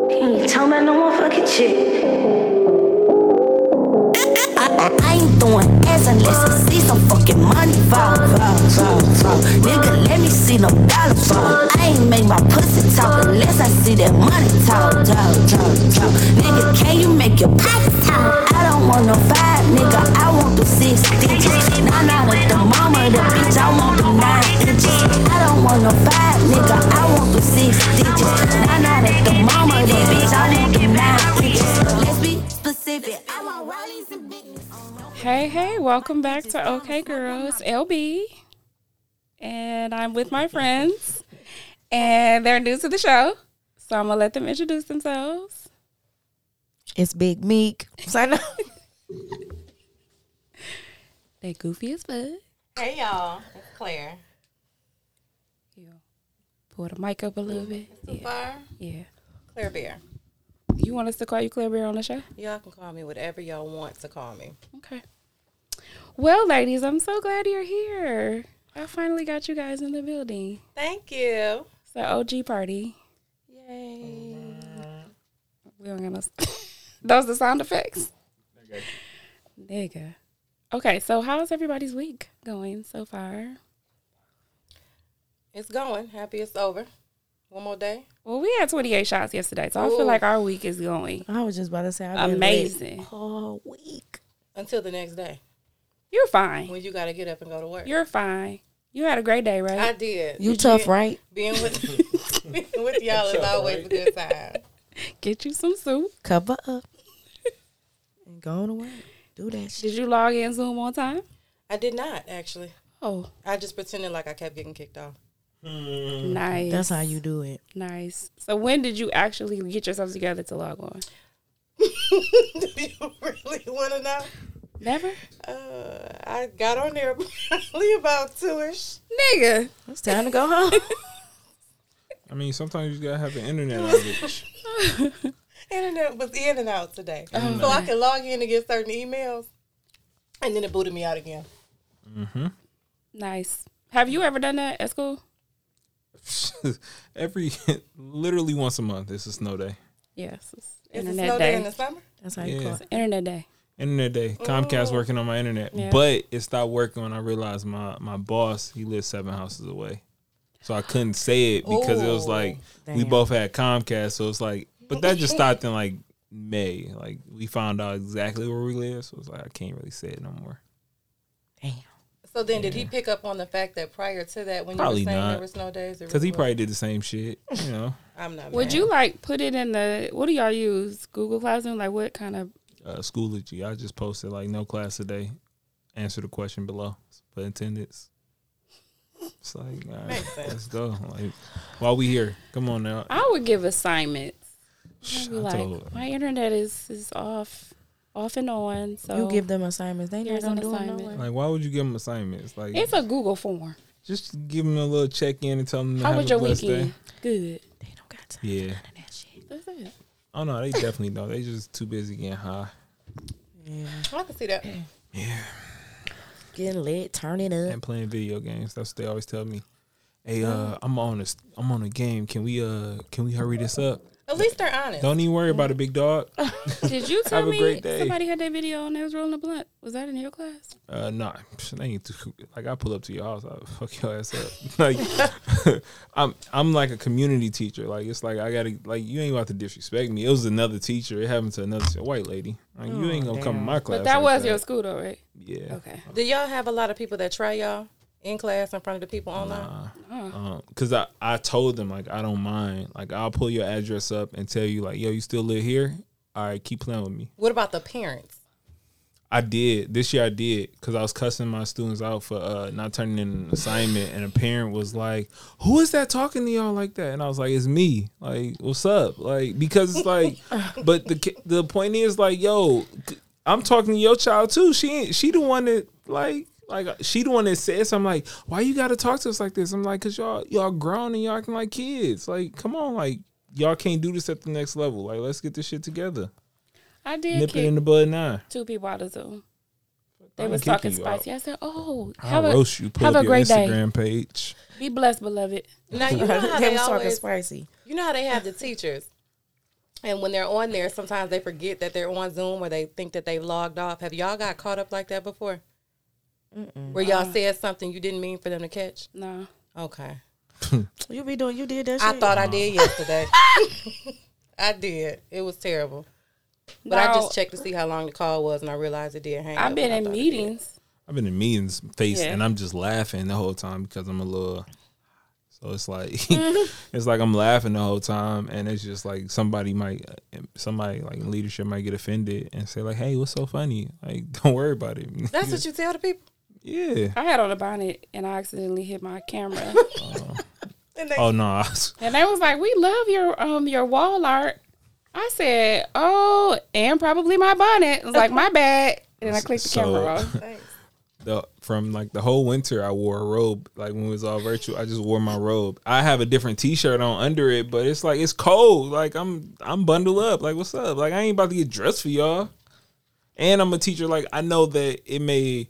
I'm not no motherfucking chick. I, I, I ain't doing ass unless I see some fucking money fall, fall, fall, fall. Nigga, let me see them dollars fall. I ain't make my pussy talk unless I see that money talk, talk, talk, talk. Nigga, can you make your pipe talk? I don't want no five, nigga. I want the six digits. Nah, nah, with the mama, the bitch. I want the nine inches. I don't want no five, nigga. I want the six digits. Nah, nah, with the mama, the bitch. I want the nine inches. Let's be specific. I want rollies and bitches. Hey, hey, welcome back to OK Girls LB. And I'm with my friends, and they're new to the show. So I'm going to let them introduce themselves. It's Big Meek. Sign up. They goofy as fuck. Hey y'all, it's Claire. You pull the mic up a little bit. Yeah. Fire, yeah. Claire Bear. You want us to call you Claire Bear on the show? Y'all can call me whatever y'all want to call me. Okay. Well, ladies, I'm so glad you're here. I finally got you guys in the building. Thank you. It's the OG party. Yay. We don't gonna. Those the sound effects. Nigga. Okay, so how's everybody's week going so far? It's going. Happy it's over. One more day. Well, we had 28 shots yesterday, so I feel Ooh. like our week is going I was just about to say, I've been amazing. lit all week. Until the next day. You're fine. When you gotta get up and go to work. You're fine. You had a great day, right? I did. You tough, right? Being with being with y'all is always a good time. Get you some soup. Cover up and go on to work. Do that shit. Did you log in Zoom on time? I did not actually. Oh, I just pretended like I kept getting kicked off. nice. That's how you do it. nice. So when did you actually get yourself together to log on? do you really wanna know? Never, Uh, I got on there probably about two ish. nigga. It's time to go home. I mean, sometimes you gotta have an internet outage. internet was in and out today. so I could log in to get certain emails, and then it booted me out again. Nice. Have you ever done that at school? Every literally once a month, it's a snow day. Yes. It's It's internet a snow day. day. in the summer. That's how you call Yeah. it. internet day. Internet day. Comcast working on my internet, Yeah. but it stopped working when I realized my my boss he lives seven houses away, so I couldn't say it because it was Oh, like we damn. both had Comcast, so it's like, but that just stopped in like May. Like we found out exactly where we live, so it's like I can't really say it no more. Damn. So then, did he pick up on the fact that prior to that, when Probably you were saying not. there were snow days, Because he probably did the same shit, you know. I'm not. Would mad. you like put it in the what do y'all use? Google Classroom? Like what kind of uh, Schoology. I just posted like no class today. Answer the question below. Put attendance. It's like, all right, let's go. Like, while we here, come on now. I would give assignments. I'd Shh, be I like, told- my internet is is off off and on. So You give them assignments. They not Here's an gonna do it no assignment. way. Like, why would you give them assignments? Like, it's a Google form. just give them a little check in and tell them. To How have was a your blessed weekend? Good. They don't got Day. time Yeah. for that shit. That's it. Oh no, they definitely don't. They just too busy getting high. I can see that. Getting lit, turn it up. and playing video games. That's what they always tell me. Hey, uh, I'm on a, I'm on a game. Can we, uh, can we hurry this up? At least they're honest. Don't even worry about it, big dog. Did you tell Have a me great day. somebody had that video and they was rolling a blunt? Was that in your class? Uh, nah, psh, they ain't too, like I pull up to your house, I fuck your ass up. Like I'm, I'm like a community teacher. Like it's like I gotta, like you ain't about to disrespect me. It was another teacher. It happened to another a white lady. Like, you ain't gonna come in my Oh, class. But that like was your school though, right? yeah. Okay. Do y'all have a lot of people that try y'all in class in front of the people online? Um, cause I, I told them like I don't mind. Like I'll pull your address up and tell you like, yo, you still live here? All right, keep playing with me. What about the parents? I did this year. I did because I was cussing my students out for uh, not turning in an assignment, and a parent was like, "Who is that talking to y'all like that?" And I was like, "It's me. Like, what's up? Like, because it's like, but the ki- the point is like, yo, c- I'm talking to your child too. She ain't, she the one that like." Like she the one that says, I'm like, why you gotta talk to us like this? I'm like, cause y'all y'all grown and y'all acting like kids. Like, come on, like y'all can't do this at the next level. Like, let's get this shit together. I did Nip it kick in the bud now. two people out of Zoom. They I'll was kick talking you spicy. I said, "Oh, I'll have a roast you. Put have up a your great day. Instagram page. Be blessed, beloved." Now you know how they they was talking always. spicy. You know how they have the teachers And when they're on there, sometimes they forget that they're on Zoom or they think that they logged off. Have y'all got caught up like that before? Where Uh-uh. y'all said something you didn't mean for them to catch? No. Okay. You be doing, you did that I shit. thought I did yesterday. I did. It was terrible. But I No, just checked to see how long the call was and I realized it did hang I've up been when I in thought it did. meetings. I've been in meetings face Yeah. and I'm just laughing the whole time because I'm a little so it's like Mm-hmm. it's like I'm laughing the whole time and it's just like somebody might somebody like in leadership might get offended and say like hey what's so funny like don't worry about it That's what you tell the people. yeah I had on a bonnet and I accidentally hit my camera. And they oh no I was- and they was like, "We love your um your wall art." I said, "Oh, and probably my bonnet." I was like, "My bad." And I clicked the So- camera off. the from like the whole winter I wore a robe like when it was all virtual I just wore my robe I have a different T-shirt on under it but it's like it's cold like I'm I'm bundled up like what's up like I ain't about to get dressed for y'all and I'm a teacher like I know that it may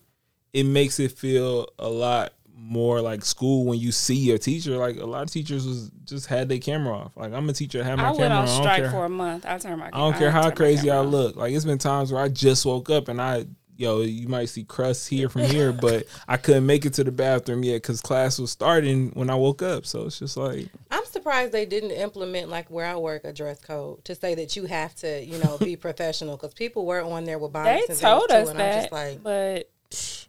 it makes it feel a lot more like school when you see your teacher like a lot of teachers was just had their camera off like I'm a teacher had I my went camera on on I don't strike care- for a month. I turned my. I don't care how turned my crazy camera I off. look. Like it's been times where I just woke up and I, yo, you might see crust here from here, but I couldn't make it to the bathroom yet because class was starting when I woke up. So it's just like, I'm surprised they didn't implement like where I work a dress code to say that you have to, you know, be professional because people were on there with They bonnets and told things us too, and I'm that, just like but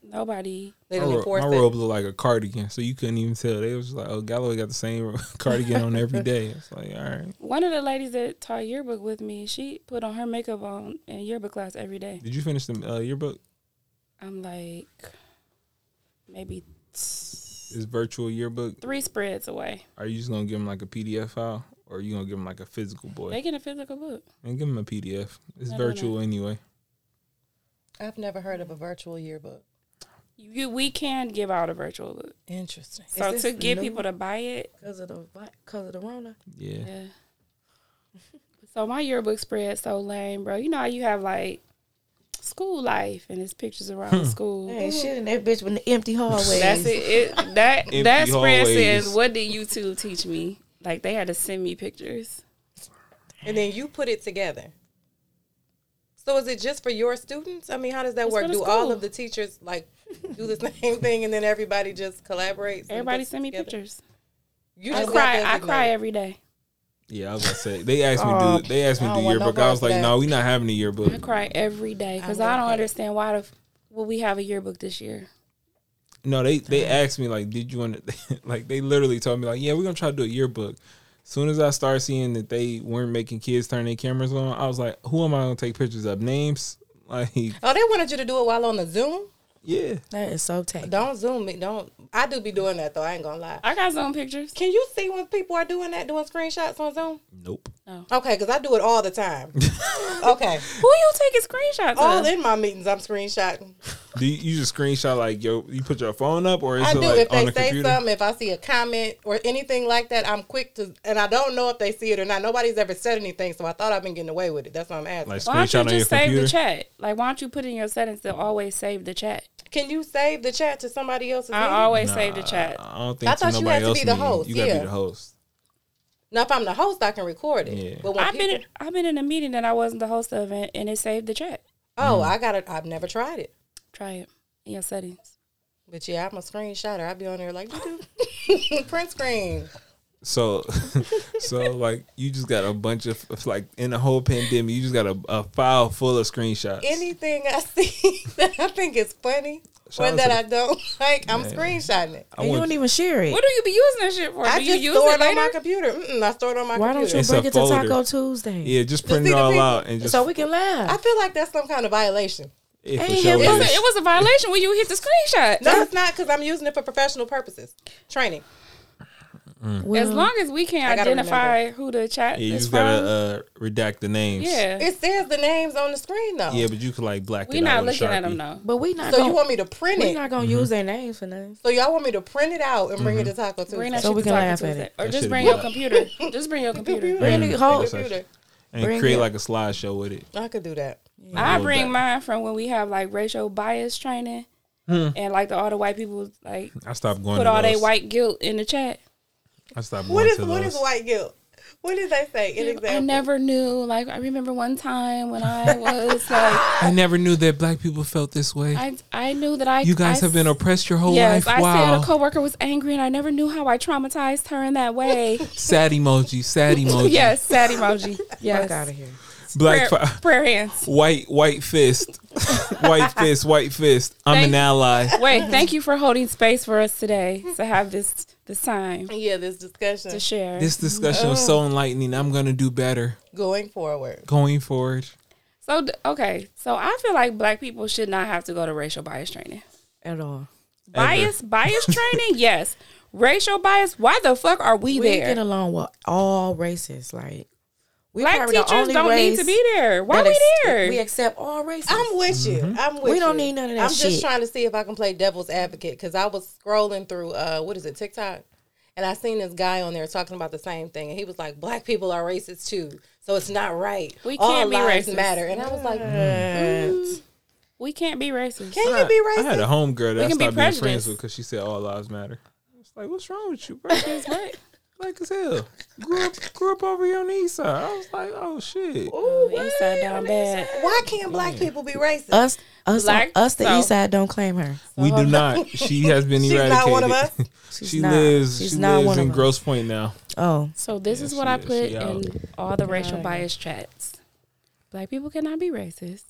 nobody. they my, didn't ro- enforce my it. robe looked like a cardigan, so you couldn't even tell. They was just like, oh, Galloway got the same cardigan on every day. It's like, all right, One of the ladies that taught yearbook with me, she put on her makeup on in yearbook class every day. did you finish the uh, yearbook? I'm like, maybe t- Is virtual yearbook? three spreads away. Are you just gonna give them like a PDF file, or are you gonna give them like a physical They boy? get a physical book. And give them a PDF. It's No, no, no. virtual anyway. I've never heard of a virtual yearbook. You, you- we can give out a virtual book. Interesting. So this to get new? people to buy it, Because of the, because of the Rona. Yeah. yeah. so my yearbook spread so lame, bro. You know how you have like school life and it's pictures around school. Ain't shit in that bitch with the empty hallway. That's it. it that Empty that spread hallways. says, "What did you two teach me?" Like they had to send me pictures. And then you put it together. So is it just for your students? I mean, how does that It's work? for Do the all school. of the teachers like do the same thing and then everybody just collaborates? and Everybody puts it send me together? pictures. You I just cry. I cry every day. Yeah, I was gonna say they asked me Oh, to do they asked me I to don't do want yearbook. no I was like, more no, we're not having a yearbook. I cry every day because I, don't understand why the f- will we have a yearbook this year. No, they they asked me like, did you want to like they literally told me like, yeah, we're gonna try to do a yearbook. soon as I started seeing that they weren't making kids turn their cameras on, I was like, who am I gonna take pictures of? Names? Like, Oh, they wanted you to do it while on the Zoom. yeah. That is so tacky. Don't Zoom me. Don't. I do be doing that though. I ain't gonna lie. I got Zoom pictures. Can you see when people are doing that, doing screenshots on Zoom? Nope. Okay, because I do it all the time. okay, Who you taking screenshots all of? in my meetings, I'm screenshotting. Do you, you just screenshot like yo? You put your phone up or is I it do. like if on they the say computer? something, if I see a comment or anything like that, I'm quick to. And I don't know if they see it or not. Nobody's ever said anything, so I thought I've been getting away with it. That's what I'm asking. Like why screenshot don't on you your just save computer? the chat? Like, why don't you put in your settings to always save the chat? Can you save the chat to somebody else's? I meeting? always save the chat. I don't think I to thought you nobody had to else be the mean, host, You gotta yeah. be the host. now, if I'm the host, I can record it. Yeah. But when I've people, been I've been in a meeting that I wasn't the host of, and, and it saved the chat. oh, Mm. I got to I've never tried it. Try it in your settings. But yeah, I'm a screenshotter. I'd be on there like, print screen. So, so like you just got a bunch of it's like in the whole pandemic, you just got a, a file full of screenshots. Anything I see that I think is funny Shout or out that to I don't like, I'm screenshotting it. I and you want- don't even share it. What do you be using that shit for? I Oh, do just you use store it it on my later? computer. Mm-mm, I store it on my Why don't computer. you It's bring a it to Taco folder. Tuesday? yeah, just print see it the all people? out and just So we can laugh. I feel like that's some kind of violation. yeah, for ain't sure have it It's is. a- it was a violation when you hit the screenshot. No, it's not because I'm using it for professional purposes, training. Well, As long as we can I gotta identify who the chat Yeah, you is just from, gotta uh, redact the names. yeah, It says the names on the screen though. yeah, but you could like black we it out not with a looking at Sharpie. them though. but we not So gonna, you want me to print we it? not Mm-hmm. gonna use their names for nothing. so y'all want me to print it out and bring it to Taco Bring Tuesday? that So shit we to can Taco laugh at Tuesday. it. or That just should've bring been your computer. Just bring your computer. Bring the whole. Computer. And Bring create it. like a slideshow with it. I could do that. I Roll bring back. mine from when we have like racial bias training, and like the all the white people like Hmm. I stopped going. put to all those. their white guilt in the chat. I stopped What going is to what is those. white guilt? What did they say? An example. I never knew. Like I remember one time when I was like, I never knew that black people felt this way. I I knew that I. you guys I have been oppressed your whole Yes, life. I wow. said a coworker was angry, and I never knew how I traumatized her in that way. sad emoji. Sad emoji. yes, sad emoji. Fuck out Yes, of here. Black prayer, fi- prayer hands. white white fist. white fist. White fist. I'm Thank- an ally. Wait, thank you for holding space for us today to have this this time Yeah, this discussion to share. This discussion was so enlightening. I'm gonna do better going forward. going forward. So d- okay, so I feel like black people should not have to go to racial bias training. At all. Ever. Bias, bias training, yes. Racial bias. Why the fuck are we, We there? get along with all races. Like we Black probably the teachers only don't need race to be there. Why that we ex- there? We accept all races. I'm with you. Mm-hmm. I'm with you. We don't need none of that I'm just shit. trying to see if I can play devil's advocate because I was scrolling through uh what is it TikTok, and I seen this guy on there talking about the same thing, and he was like, "Black people are racist too, so it's not right. We All can't be lives racist." matter." And I was like, we can't be racist. "Can you be I racist?" had a homegirl that I can be stopped being friends prejudiced. with because she said all lives matter. It's like, what's wrong with you, bro? It's What? Black as hell. Grew up, grew up over here on the east side. I was like, oh shit. Ooh, what? Eastside down bad. Why can't black people be racist? us, us, Black- us. The so- East Side don't claim her. We do not. She has been She's eradicated. not one of us. she not. lives. She's she not lives one in of us. Gross Point now. Oh, So this is Yeah, what she I is. put She in out. all the racial bias chats. Black people cannot be racist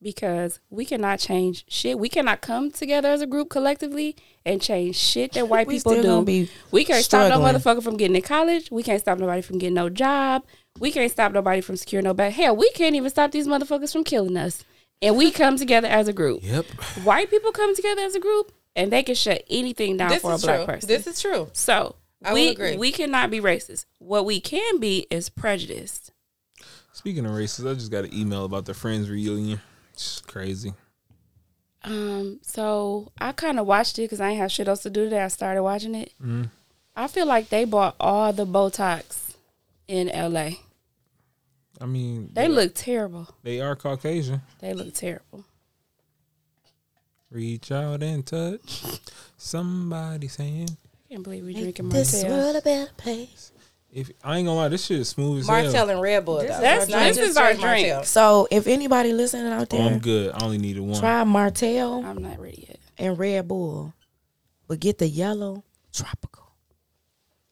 because we cannot change shit. We cannot come together as a group collectively and change shit that white We people still do. gonna be we can't struggling. stop no motherfucker from getting in college. We can't stop nobody from getting no job. We can't stop nobody from securing no back. Hell, we can't even stop these motherfuckers from killing us. And we come together as a group. Yep. White people come together as a group and they can shut anything down This for a is black true. person. This is true. So I we will agree. we cannot be racist. What we can be is prejudiced. Speaking of races, I just got an email about the Friends reunion. It's crazy. Um, so I kind of watched it because I ain't have shit else to do today. I started watching it. I feel like they bought all the Botox in L.A. I mean, They look terrible. they are Caucasian. They look terrible. Reach out and touch somebody saying, I can't believe we drinking this Martell. world a better place. "If I ain't gonna lie, this shit is smooth as Martell hell." and Red Bull. though. That's It's not this just is our straight Martell. drink. So, if anybody listening out Oh, I'm there, good. I only needed one. try Martell I'm not ready yet. and Red Bull, but get the yellow tropical.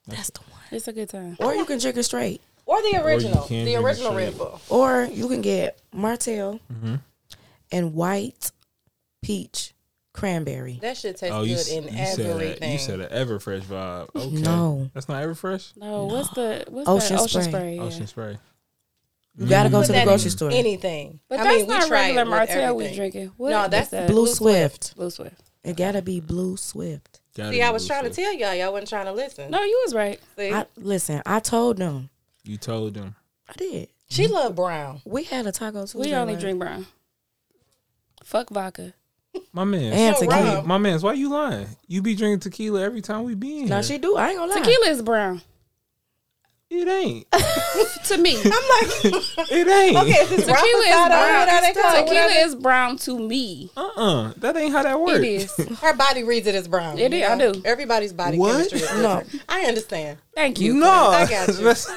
That's the one. It's a good time. Or you can drink it straight. Or Oh, the original. can drink the it original Red straight. Bull. Or you can get Martell Mm-hmm. and white peach cranberry. That shit tastes Oh, good you, s- in you said everything. a, you said an Everfresh vibe. Okay, No. that's not Everfresh. No, what's the what's Ocean that ocean Spray. spray? yeah. Ocean Spray. Mm-hmm. You gotta go to the that grocery in store. Anything. But I that's mean, we not tried regular with Martell we everything. drinking. What No, is that's that? Blue Swift. Blue Swift. It gotta be Blue Swift. Gotta See, be I was Blue trying to Swift. tell y'all, y'all wasn't trying to listen. No, you was right. See, I listen. I told them. You told them. I did. she loved brown. We had a taco Tuesday. We only right? drink brown. Fuck vodka. My man, and So tequila. wrong. my man's. Why you lying? You be drinking tequila every time we be in. Now here. she do. I ain't gonna lie. Tequila is brown it ain't. to me. I'm like, It ain't. okay, is this Tequila is Rafa brown. How they call it? Tequila Whatever. is brown to me. Uh uh That ain't how that works. It is. Her body reads it as brown. It you is, I know? do. Everybody's body What? chemistry is different. I understand. Thank you. No, I got you. that's,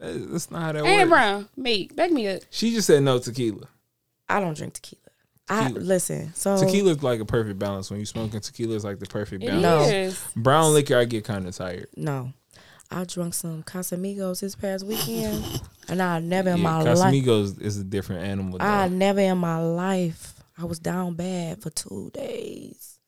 that- that's not how that And works. brown. Me. Back me up. She just said no tequila. I don't drink tequila. I Tequila. listen. So Tequila is like a perfect balance. When you smoking tequila, is like the perfect It balance. No. is. Brown liquor, I get kind of tired. no, I drunk some Casamigos this past weekend, and I never in Yeah, my Ah, life. Casamigos is a different animal. I though. never in my life. I was down bad for two days.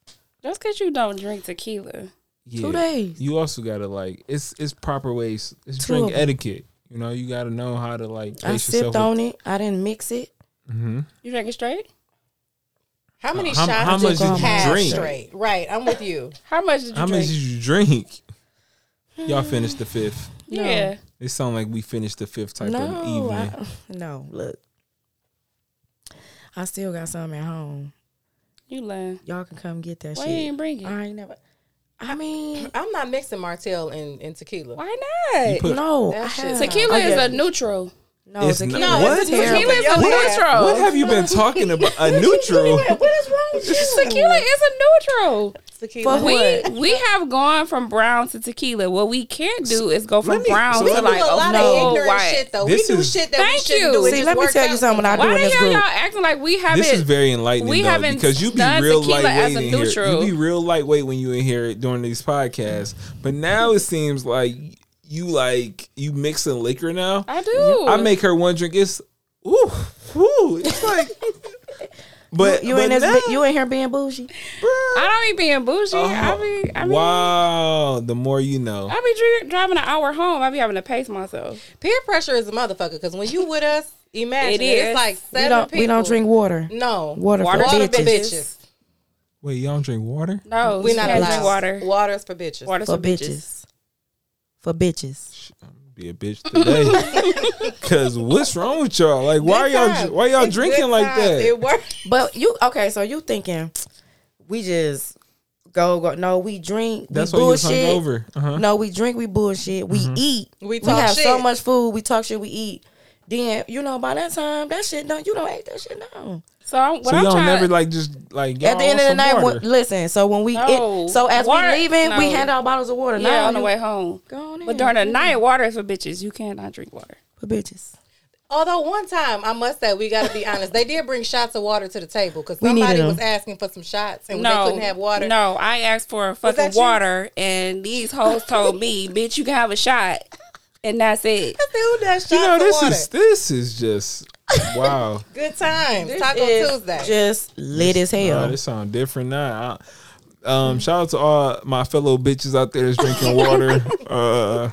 That's because you don't drink tequila. Yeah. Two days. You also gotta like it's it's proper ways. It's Two drink of 'em. etiquette. You know, you gotta know how to like. I pace sipped yourself on it. I didn't mix it. You drink it straight? How many How- shots how did much you did you have drink? straight? Right, I'm with you. How much did you How drink? much did you drink? Y'all finished the fifth. yeah. It sound like we finished the fifth type of no, evening. I, no. Look, I still got some at home. You lying. Y'all can come get that Why you shit. ain't bring it? I ain't never. I mean, I'm not mixing Martell and, and tequila. Why You not? put- no. I That shit. have, Tequila Okay. is a neutral. No, It's tequila. not- What? is terrible. Tequila is a Yeah. neutral. What have you been talking about? A neutral. What is wrong Tequila is a neutral. For Tequila. We what? we have gone from brown to tequila. What we can't do is go from Let me- brown so to let We me- like do a oh lot of no ignorant white. shit though. This we do is- shit that Thank we you. shouldn't do. It See, just let me works tell you out. something. I do Why in this y'all group. y'all acting like we haven't? This is very enlightening we though, haven't because you be done real tequila as lightweight a in here. neutral. You be real lightweight when you in here during these podcasts, but now it seems like you like you mixing liquor now. I do. I make her one drink. It's ooh, ooh. It's like, but You but ain't now, this, you ain't here being bougie. I don't be being bougie. I be I be Uh-huh. wow. The more you know. I be dri- driving an hour home. I be having to pace myself. Peer pressure is a motherfucker because when you with us, It imagine it is. it's like We seven don't people. we don't drink water. no Water for Water bitches. bitches. Wait, you don't drink water? No, We're not can't drink allowed. water. Water's for bitches. Water's For bitches. For bitches. Be a bitch today. Cause what's wrong with y'all? Like, why Good y'all times. why y'all It's drinking good like times. that? It works. But you okay, so you thinking we just go go no, we drink, That's we why you was bullshit. hungover. Mm-hmm. Uh-huh. No, we drink, we bullshit, we eat. We talk have so shit. much food, we talk shit, we eat. Then, you know, by that time, that shit don't you don't eat that shit down. So I'm, what so I'm y'all trying. never like just like y'all At the end want Oh, of the some night, water. when, listen, so when we No. it, so as Water- we leaving, we no. hand out bottles of water. yeah, now on the you- way home. Go on But in. during the night, water is for bitches. You cannot drink water. for bitches. Although one time, I must say, we got to be honest. They did bring shots of water to the table because We needed somebody was them. asking for some shots and no, they couldn't have water. No, I asked for a fucking that you? water, and these hoes told me, "Bitch, you can have a shot," and that's it. Who does shots you know of Oh, this water? is this is just wow. Good times. Taco It's Tuesday. Just lit as Oh, hell. this sound different now. I, um, shout out to all my fellow bitches out there that's drinking water. uh,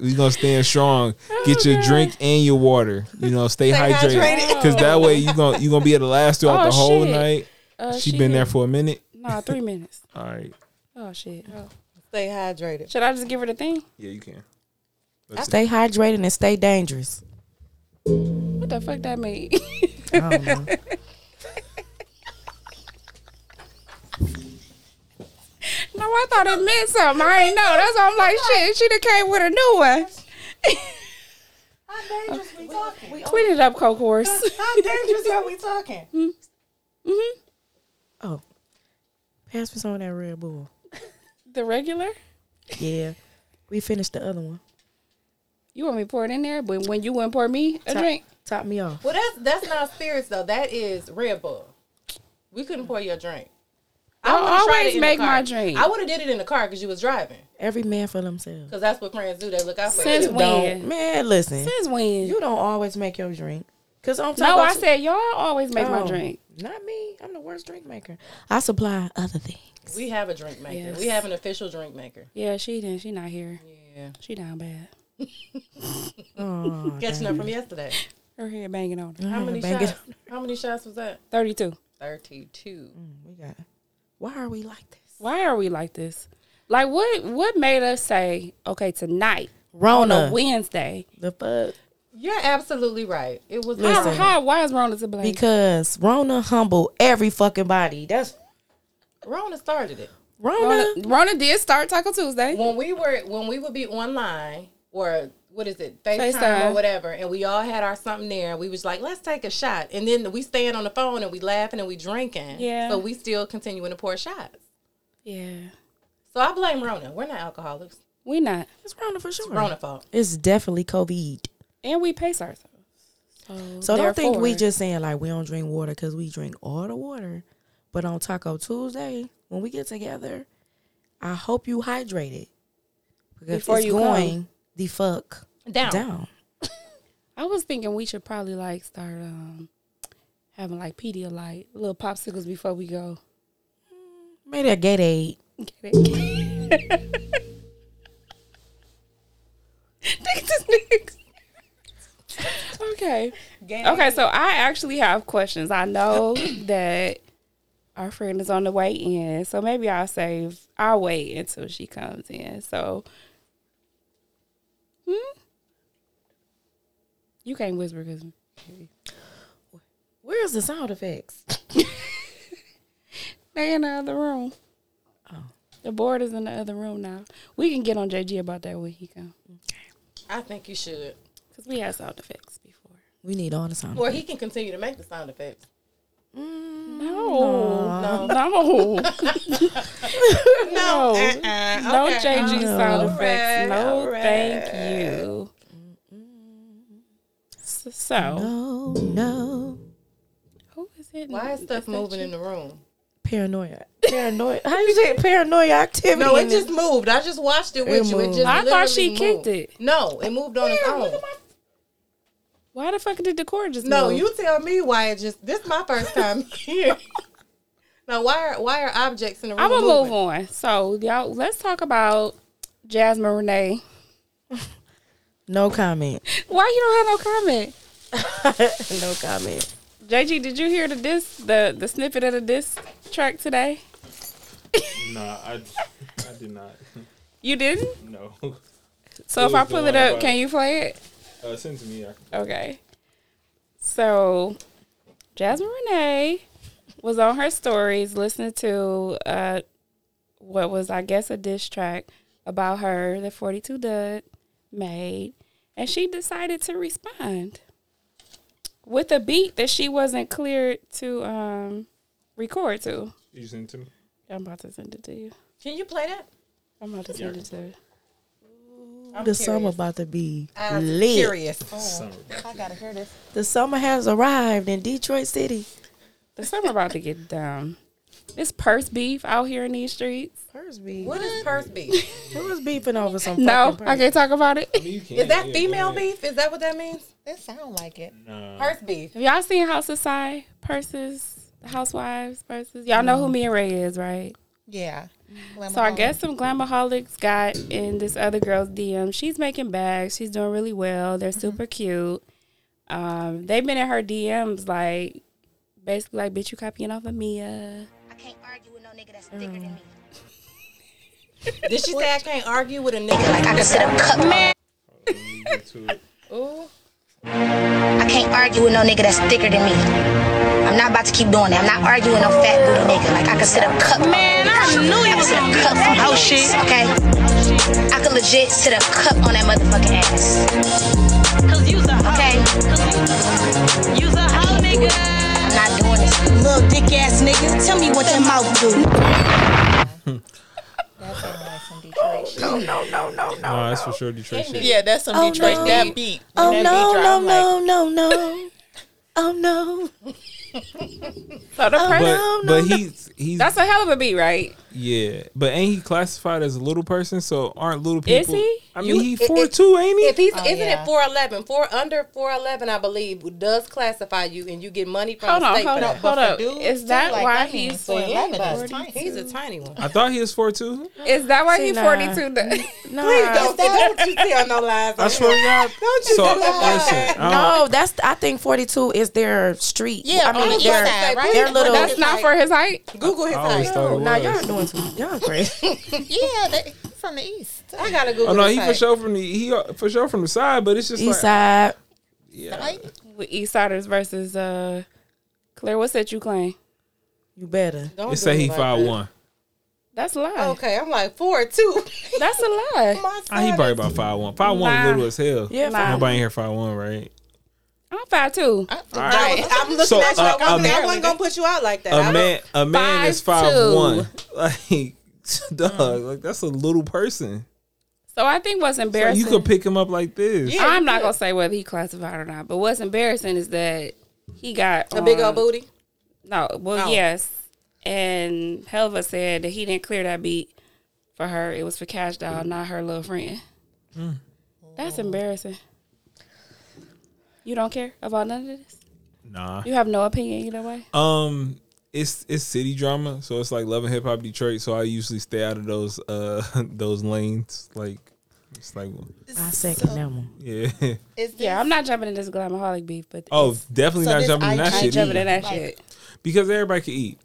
we gonna stand strong. Get your drink and your water. You know, stay, hydrated hydrated. because that way you gonna you gonna be able to last throughout Oh, the whole shit. night. Uh, she been there for a minute. Nah, three minutes. All right. Oh shit. Oh. Stay hydrated. Should I just give her the thing? Yeah, you can. Stay hydrated and stay dangerous. What the fuck that mean? no, I thought it meant something. I ain't know. That's why I'm like, shit. She done came with a new one. How dangerous we talking? Tweet it up, Coke Horse. How dangerous are we talking? Oh, pass me some of that Red Bull. The regular. Yeah, we finished the other one. You want me to pour it in there, but when you wouldn't pour me a Top- drink, Top me off. Well, that's that's not spirits though. That is Red Bull. We couldn't pour your drink. I would've tried always it in the make car. my drink. I would have did it in the car because you was driving. Every man for themselves. Because that's what friends do. They look out for Since you. when? Don't man, listen. Since when? You don't always make your drink. Cause on top no, of I you- said y'all always make my Oh, drink. Not me. I'm the worst drink maker. I supply other things. We have a drink maker. Yes. We have an official drink maker. Yeah, she didn't. She not here. Yeah. She down bad. Oh, Catching up from yesterday. Her head banging on her. How many bang it shots? How many shots was that? Mm. Thirty-two. Thirty-two. we got. Why are we like this? Why are we like this? Like what? What made us say okay tonight on Rona. a Wednesday? the fuck. You're absolutely right. It was How, Listen. how why is Rona to blame? Because Rona humble every fucking body. That's Rona started it. Rona. Rona, Rona did start Taco Tuesday. when we were when we would be online or what is it FaceTime, FaceTime. or whatever, and we all had our something there, and we was like, let's take a shot, and then we staying on the phone and we laughing and we drinking, Yeah. but we still continuing to pour shots. Yeah, So I blame Rona. We're not alcoholics. we not, It's Rona for sure. Rona fault. It's definitely COVID. and we pace ourselves. So, So don't think we therefore- just saying like we don't drink water because we drink all the water. But on Taco Tuesday, when we get together, I hope you hydrated because Before it's you going the fuck Down. down. I was thinking we should probably like start um having like Pedialyte little popsicles before we go. Maybe a Gatorade. Get it? Look at this nigga. Okay. Okay, so I actually have questions. I know that our friend is on the way in, so maybe I'll save. I'll wait until she comes in. So, hmm? you can't whisper because Where's the sound effects? they in the other room. The board is in the other room now. We can get on JG about that when he comes. I think you should, Because we had sound effects before. We need all the sound. or he can continue to make the sound effects. No, no, no, no, eh, no JG sound effects. No, thank you. S- So, No, Oh, no. who is it? Why is stuff that moving you? in the room? Paranoia. Paranoia. How you say paranoia activity? No, it in just moved. I just watched it with It you. It moved. just I thought she literally kicked moved. it. No, it moved on its own. Why the fuck did the cord just No, move? you tell me why it just. This is my first time here. now, why are why are objects in the room? I'm gonna moving? move on. So y'all, let's talk about Jasmine Renee. No comment. Why you don't have no comment? no comment. JG, did you hear the disc, the the snippet of the disc track today? Nah, I, I did not. You didn't. No. So if was I the pull one it up, about- can you play it? Uh, send to me. I, Okay. So Jasmine Renee was on her stories listening to uh what was I guess a diss track about her that 42 Dud made and she decided to respond with a beat that she wasn't cleared to um record to. you send it to me. I'm about to send it to you. Can you play that? I'm about to send it to you. I'm the curious. summer about to be I'm lit. curious. Summer. Oh, I gotta hear this. The summer has arrived in Detroit City. There's something about to get dumb. It's purse beef out here in these streets. Purse beef. What is purse beef? Who was beefing over some No, fucking purse? I can't talk about it. You can, Is that yeah, go female ahead. beef? Is that what that means? It sound like it. Nah. Purse beef. Have y'all seen House of Psy purses, housewives purses? Y'all know who Mia Ray is, right? Yeah. So Uh-huh. I guess some glamaholics got in this other girl's DM. She's making bags. She's doing really well. Mm-hmm. They're super cute. Um, they've been in her DMs like basically like, bitch, you copying off of Mia. I can't argue with no nigga that's thicker than me. Did she say I can't argue with a nigga? Like I can sit up cup man. Let me get to it. I can't argue with no nigga that's thicker than me. I'm not about to keep doing that. I'm not arguing with no fat booty nigga. Like I can sit up cup man. I knew you was gonna cup some hoe shit. Okay. I could legit sit a cup on that motherfucking ass. Cause you's a hoe. Okay. You's a hoe, nigga. I'm not doing this. Little dick ass nigga. Tell me what your mouth do. no, no, no, no, no. Nah, that's for sure Detroit shit. Yeah, that's some Oh, Detroit no. that beat. Oh that no, beat no, drop, I'm no, no, no. Oh no. So the Oh, But, purse, No, no, but no. he's he's that's a hell of a beat, right? yeah. But ain't he classified as a little person? So aren't little people? Is he? I mean, You- he it- four it- two, ain't he? If Oh, he's isn't yeah. it four eleven? Four under four eleven, I believe, does classify you, and you get money from Hold the on, state hold for on, that. hold for up. dudes, Is too, that like, why I mean, he's so 11 is tiny. He's a tiny one. I thought he was four two. Is that why he See, nah. 42? The- No. don't you tell no lies. I swear to God. Don't you so do that. oh, listen, I No, that's I think 42 is their street. Yeah, I on the mean east their side, right? their little that's not for his height. Google his don't- I always height. thought it No, was. Oh, nah, y'all doing too y'all crazy. Yeah, they, from the east. I gotta Google. Oh no, his he for height. sure from the he uh, for sure from the side, but it's just like East side. yeah. With Eastsiders versus uh, Claire, what's that you claim? You better. Don't They do say me he like five that. one. That's a lie. Oh, Okay, I'm like four two. That's a lie. My Ah, he son probably is- about five one. Five one Nah. little as hell. Yeah, Nah. Nobody in here five one, right? I'm five two. I was- I'm looking So, at you. uh, like, I'm- a I man- wasn't gonna put you out like that. I A don't- man a man is five 5'2". one. Like dog, like that's a little person. So I think what's Like, embarrassing. you could pick him up like this. Yeah. I'm not gonna say whether he classified or not, but what's embarrassing is that he got a big old on- booty. No, well, Oh. yes. And Helva said that he didn't clear that beat for her. It was for Cash Mm. Doll, not her little friend. That's embarrassing. You don't care about none of this. Nah. You have no opinion either way. Um, it's it's city drama, so it's like Love and Hip Hop Detroit. So I usually stay out of those uh those lanes. Like it's like I second that one. yeah. Is this, Yeah, I'm not jumping in this glamaholic beef, but Oh, definitely So not this jumping in that IG shit jumping in either. that shit. because everybody can eat.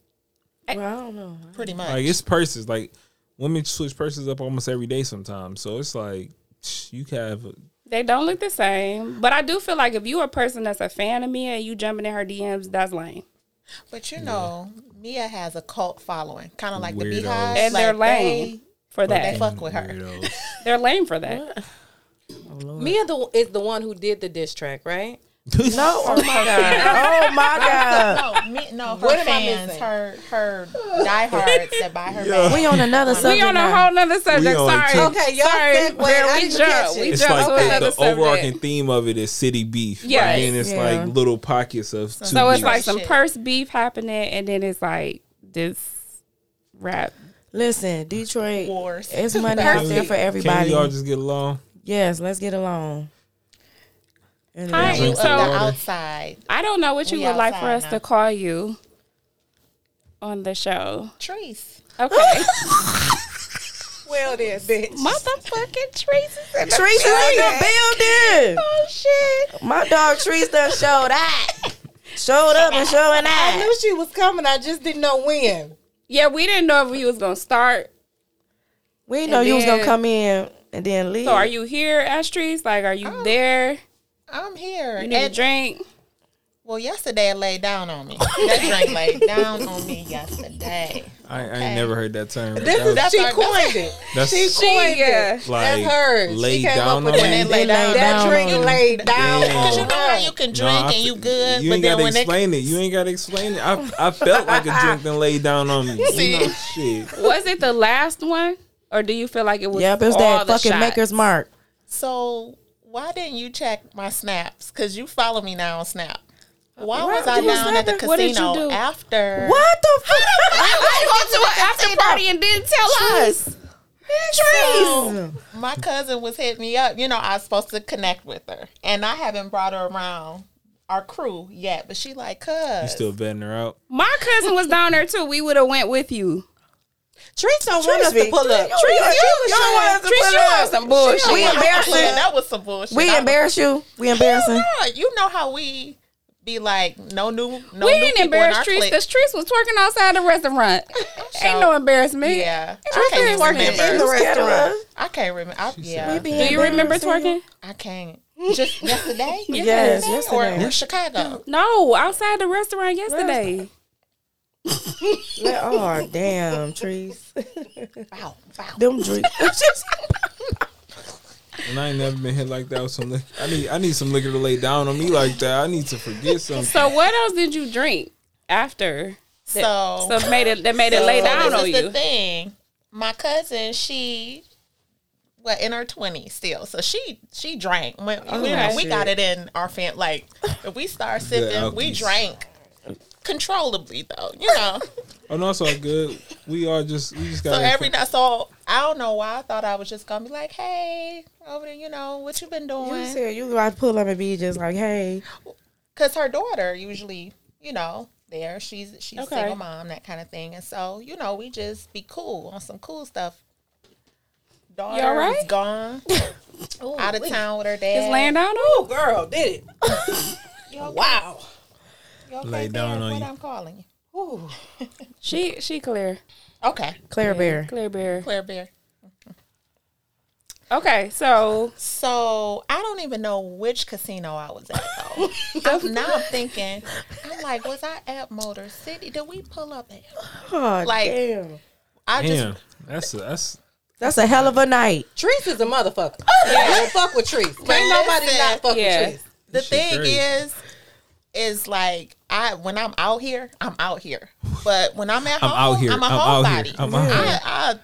Well, I don't know. pretty much. Like it's purses. Like women switch purses up almost every day sometimes. So it's like shh, you can have. They don't look the same, but I do feel like if you a person that's a fan of Mia and you jumping in her DMs, that's lame. but you know, Mia has a cult following, kind of like the Weirdos. Beehive. And they're lame for They that. fuck with her. Weirdos. They're lame for that. Mia the, is the one who did the diss track, right? No, oh my god, oh my god. No, me, no. Her What am I fans, missing? her her diehards that buy her. Yeah. Yeah. We on another subject. We on a now. whole nother subject. on Sorry. two- Okay, y'all Sorry. segue. Man, I we didn't jumped. catch We it. It's jumped like to the, another the overarching subject. theme of it is city beef. Yeah, Yes. Like, and it's Yeah. like little pockets of two So it's beefs. like some Shit. purse beef happening, and then it's like this rap. Listen, Detroit, Wars. it's money out there for Can everybody. we all just get along? yes, let's get along. And Hi. You Drink of So- the some water. outside I don't know what you We would like for outside us now. to call you on the show. trees. Okay, Well, then, bitch. motherfucking trees. is in the Trees in the building. Oh shit! My dog Trees done showed out. Showed up and showing I out. knew she was coming. I just didn't know when. Yeah, we didn't know if we was gonna start. We didn't know you was then- gonna come in and then leave. So are you here, Ash Trees? Like, are you there? I'm here. You need a Oh. And- drink? Well, yesterday it laid down on me. That drink laid down on me yesterday. I, I ain't never heard that term. This is that's, she our- coined it. that's She coined yeah. it. like That's hers. She laid came up down with on that. me. And lay down. That drink laid down Damn. on You know how her. you can No, I drink and fe- you good, You but ain't then gotta when it explain it. You ain't gotta explain it. I I felt like a drink then laid down on me. You know, shit. Was it the last one, or do you feel like it was? Yep, it was all that the fucking shots? maker's mark. So why didn't you check my snaps? Because you follow me now on Snap. Why Why was I you was down at the snapping? What did you casino do? after? What the fuck? I go to an after party and didn't tell us. So, my cousin was hitting me up. You know, I was supposed to connect with her, and I haven't brought her around our crew yet. But she like, You cuz still betting her out? My cousin was down there too. We would have went with you. Trees don't want us to Trees, pull up. you- Trees, you- you don't want us to pull up. some bullshit. We embarrassing. Yeah, that was some bullshit. We I was- embarrass you. We embarrassing. Yeah, you know how we be like, no new, we no ain't new people in our embarrassed Trees clique. because Trees was twerking outside the restaurant. ain't no embarrassment. Yeah, no I can't embarrassment. remember. You scared of us. I can't remember. I, yeah, We be Do you remember embarrassing twerking? you. I can't. Just yesterday? Yes, Or yesterday. in Chicago. No, outside the restaurant yesterday. Let- Oh damn, trees. Wow. Wow. Them trees. And I ain't never been hit like that with some liquor. I need I need some liquor to lay down on me like that. I need to forget something. So what else did you drink after? So, So made it that made it lay so down this on is you. the thing. My cousin, she well, in her twenties still. So she she drank. When, Oh, you know, we got it in our fam like if we start sipping, we alkies. drank controllably though, you know. Oh no, it's all good. We are just we just got So every night, so I don't know why I thought I was just gonna be like, "Hey, over there, you know what you been you doing?" said you about to pull up and be just like, hey, Because her daughter usually, you know, there she's she's Okay. a single mom, that kind of thing, and so you know we just be cool on some cool stuff. Daughter all right? was gone out of town with her It's dad. laying down on you. Girl, did it. You okay? Wow. You okay, Lay down Sarah? on what you. I'm calling you. She she clear. Okay, Claire Bear. Clear bear. Claire Bear. Okay, so So I don't even know which casino I was at though. I'm, now I'm thinking, I'm like, was I at Motor City? Did we pull up at? Oh, Like- damn. I just damn, that's a, that's That's a hell of a night. Trees is a motherfucker. You fuck with trees. Can't nobody listen. not fuck Yeah. with trees. the shit thing crazy. is, is like I when I'm out here, I'm out here. But when I'm at I'm home, out here. I'm a I'm out here. homebody. I'm out here. I, I,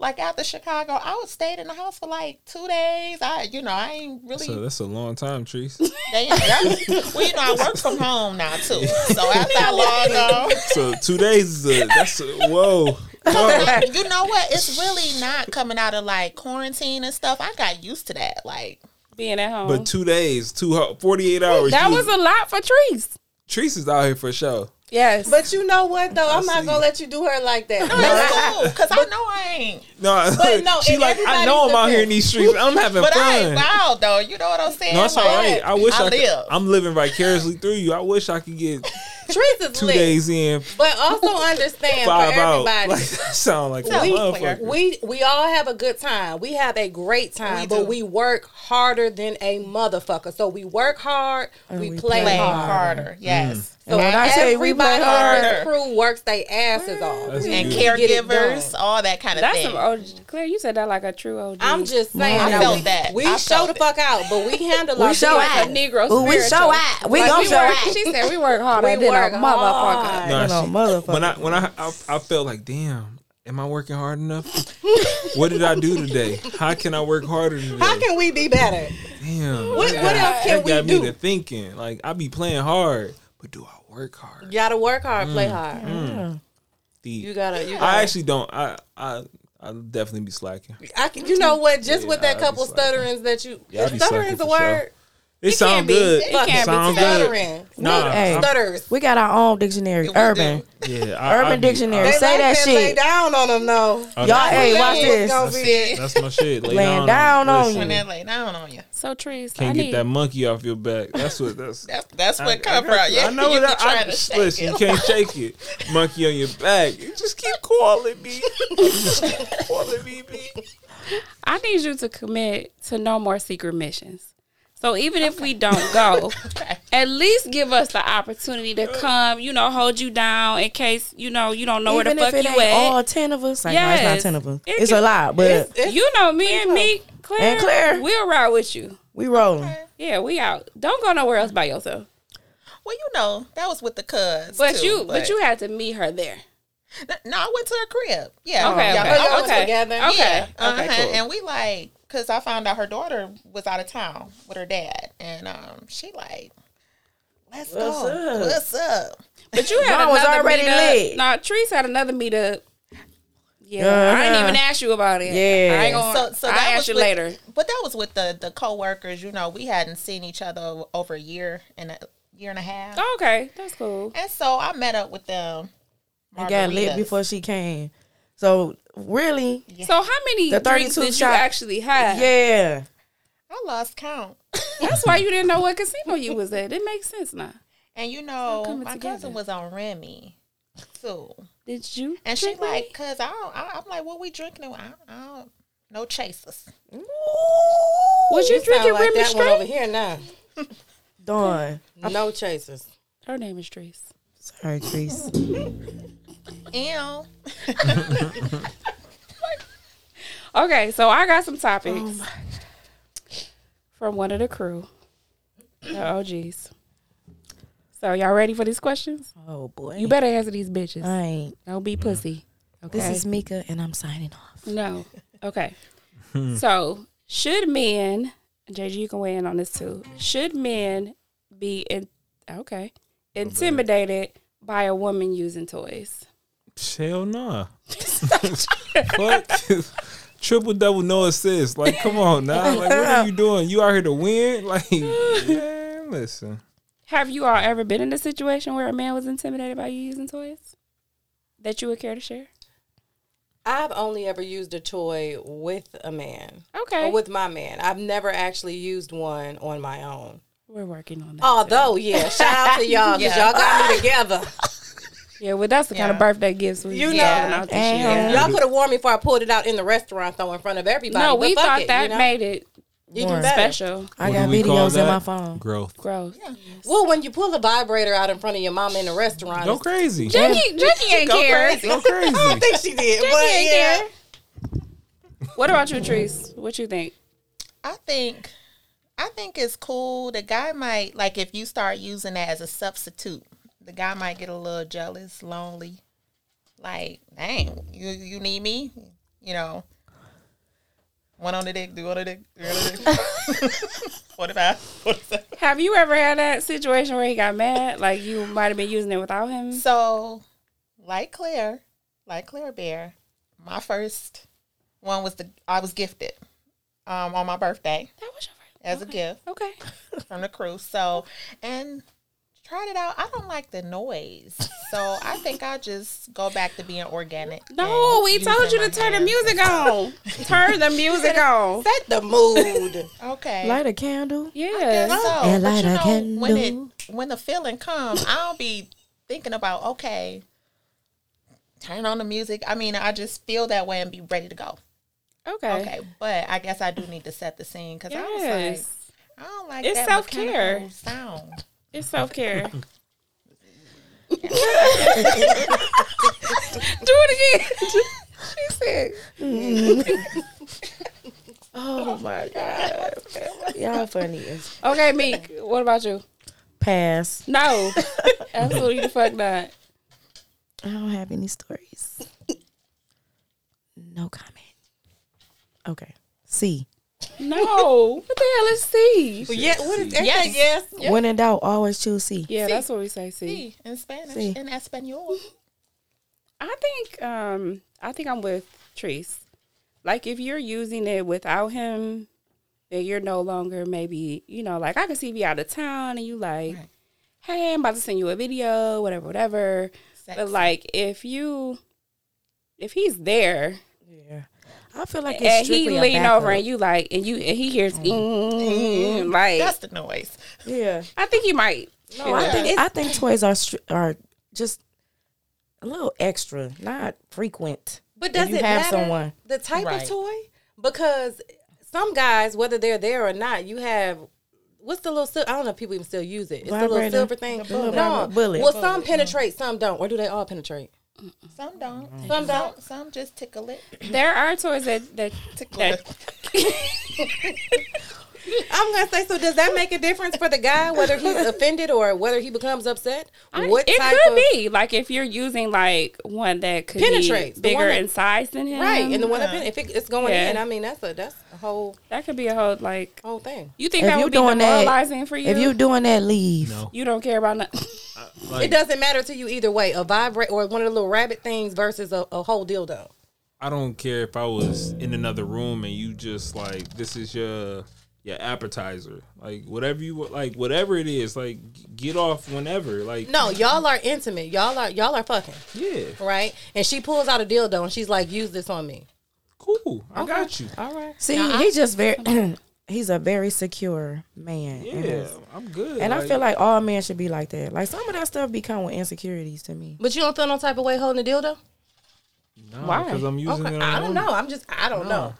like after Chicago, I was stayed in the house for like two days. I, you know, I ain't really. so that's a long time, Trees. they, that- well, you know, I work from home now too. So after I log on, So two days is a that's a, whoa. whoa. you know what? It's really not coming out of like quarantine and stuff. I got used to that. Like, being at home. But two days, two hu- 48 hours. that you- was a lot for trees. Trees is out here for sure. Yes. But you know what though? I'm see. not gonna let you do her like that. that's cool because I know I ain't. No, But no, she in like I know I'm out here in these streets. I'm having But I fun. ain't wild though. You know what I'm saying? no, that's all Like, right. I wish I, could, live. I'm living vicariously through you. I wish I could get Trees is two lit. days in, But also understand five for out. everybody. Like, that sound like a Sound clear. motherfucker. We we all have a good time. We have a great time, We do. but we work harder than a motherfucker. So we work hard, we, we play, Play hard. Mm. harder. Yes. And when I say we play Everybody on hard, this crew works their asses off. That's and beautiful. get it caregivers, done. all that kind of That's thing. some OG. Claire, you said that like a true OG. I'm just saying. I that felt we, that. We I show felt the it. fuck out, but we handle We our show like out. a Negro Ooh, we spiritual. show out. We Like, gonna we show work- out. She said we work harder We than work a motherfucker. hard. Nah, Hold on, she- motherfucker. When I when I, I I felt like, damn, am I working hard enough? what did I do today? How can I work harder today? How can we be better? damn, What, that what got- else can that got we do? me to thinking. Like I be playing hard, but do I work hard? You gotta work hard, play hard. The- You gotta. You gotta. Mm. I actually don't. I I I definitely be slacking. I can, you know what? Just Yeah, with that I'd be couple slacking. stutterings that you, Yeah, I'd be stuttering's slacking a for sure. word. It sound be. good. It can be sound good. Stuttering, Nah, Hey. I'm- stutters. we got our own dictionary, urban, yeah, I, I urban be- dictionary. They Say like that to Lay shit, down on them though. I- I- y'all. Hey, watch this. Gonna be- That's my shit. Lay Laying down on listen, when they're like down on you. So trees, I Can't need get that monkey off your back. That's what. That's. That's that's what I come got from. you. Yeah, I know you that. be trying I, to shake listen, it. you can't shake it. Monkey on your back. You just keep calling me. You just keep calling me. me. I need you to commit to no more secret missions. So even if we don't go, at least give us the opportunity to come, you know, hold you down in case, you know, you don't know Even where if the it fuck ain't you at. all ten of us, like, no, it's not Yes. ten of us. It It's can- a lot, but you know, me and me, Claire, And Claire. we'll ride with you. we rolling. Yeah, we out. Don't go nowhere else by yourself. Well, you know that was with the cuz. But too, you, but, you had to meet her there. No, I went to her crib. Yeah. Okay, yeah, okay, I went was okay, together. okay, Yeah. okay, uh-huh. cool. And we like, cause I found out her daughter was out of town with her dad, and um, she like, let's go. up? What's up? But you had Y'all was another already meetup. lit. Nah, Trees had another meetup. Yeah, I Uh-huh. didn't even ask you about it. Yeah. I ain't gonna. So, so that I was asked you with- later. But that was with the the coworkers. You know, we hadn't seen each other o- over a year and a year and a half, Oh, okay, that's cool. and so I met up with them. I got lit margaritas. before she came. So really, So how many The drinks 32 did shot. you actually have? yeah. I lost count. That's why you didn't know what casino you was at. It makes sense now. And you know, coming my together. cousin was on Remy too, Did you? and she drink with like, me? "Cause I don't." I, I'm like, "What we drinking?" I don't, I don't no chasers. was you Sound drinking like Remy that one over straight? here now. Dawn. No chasers. Her name is Trees. Sorry, Chris. Ew. Okay, so I got some topics from one of the crew. The OGs. So y'all ready for these questions? Oh boy. You better answer these bitches. I ain't. Don't be pussy. Okay. This is Mika and I'm signing off. No. Hmm. Okay. so, should men, JG, you can weigh in on this too. Should men be in, okay intimidated by a woman using toys? Hell nah. Fuck. Triple double no assist. Like, come on now. Like, what are you doing? You out here to win? Like, man, listen. Have you all ever been in a situation where a man was intimidated by you using toys that you would care to share? I've only ever used a toy with a man. Okay. Or with my man. I've never actually used one on my own. We're working on that. Although, yeah, shout out to y'all because y'all got me together. Yeah, well, that's the kind of Yeah. birthday gifts we You you know. know. Out this year. Y'all could have warned me before I pulled it out in the restaurant, though, in front of everybody. No, but we fuck thought it, that you know? made it You do Warm. better. special. I What got do we call videos in my that? phone. Growth. Gross. Well, when you pull a vibrator out in front of your mom in the restaurant, Go crazy. Jackie, Jackie ain't care. Go crazy. I don't think she did, but Jackie ain't yeah. care. What about you, Trees? What you think? I think I think it's cool. The guy might like if you start using that as a substitute, the guy might get a little jealous, lonely. Like, dang, you you need me? You know. One on the dick, do on the dick, three on the dick. Forty five, forty seven. Have you ever had that situation where he got mad? Like you might have been using it without him? So, like Claire, like Claire Bear, my first one was the I was gifted um, on my birthday That was your first. as a gift. Okay. from the crew. So, and tried it out. I don't like the noise. So, I think I'll just go back to being organic. No, and we told you using to my turn the hands. music on. Turn the music on. Set the mood. Okay. Light a candle. Yeah. Guess so. And light a but you know, when it candle. when the feeling comes, I'll be thinking about, okay, turn on the music. I mean, I just feel that way and be ready to go. Okay. Okay. But I guess I do need to set the scene cuz I was like, Yes. I don't like It's that self-care. mechanical sound. It's self care. Do it again. she said, Oh my god, y'all funny as "Okay, Meek. What about you? pass. No, absolutely the fuck not. I don't have any stories. No comment. Okay. C. No. What the hell is C? yeah, what is Yes, yes. When in doubt, always choose C. Yeah, that's what we say. C. In Spanish, Sí. in Espanol. I think um I think I'm with Treese. Like if you're using it without him, then you're no longer maybe, you know, like I can see if you out of town and you like, hey, I'm about to send you a video, whatever, whatever. But Sexy. like if you if he's there I feel like it's and he strictly a lean backup. over and you like and you and he hears "Mm," like That's the noise. Yeah. I think you might No, I think I think toys are str- are just a little extra, not frequent. But If does you it have matter someone? the type Right. of toy? Because some guys, whether they're there or not, you have what's the little sil- I don't know if people even still use it. It's the little Vibrator. silver thing. bullet. No, Bullet. well, some penetrate, some don't, or do they all penetrate? Some don't. Some don't. Some just tickle it. there are toys that that, that I'm gonna say so. Does that make a difference for the guy whether he's offended or whether he becomes upset? I- it could be like if you're using like one that could Penetrates, be the bigger one that- in size than him, right? And the one up in, if it, it's going Yeah. in, I mean that's a that's a whole that could be a whole like. whole thing. You think If that you would be doing that- demoralizing for you? If you're doing that, leave. No. you don't care about nothing. Like, It doesn't matter to you either way. A vibrate or one of the little rabbit things versus a, a whole dildo. I don't care if I was in another room and you just like this is your your appetizer, like whatever you wa- like, whatever it is, like get off whenever, like No, y'all are intimate. Y'all are y'all are fucking yeah, right. And she pulls out a dildo and she's like, "Use this on me." cool, I got you, All right. See, he's just very he's a very secure man. in yeah, his- I'm good, And I feel like all men should be like that. Like some of that stuff become with insecurities to me. But you don't feel no type of way holding a dildo? why because I'm using it. On I don't women. know. I'm just I don't know.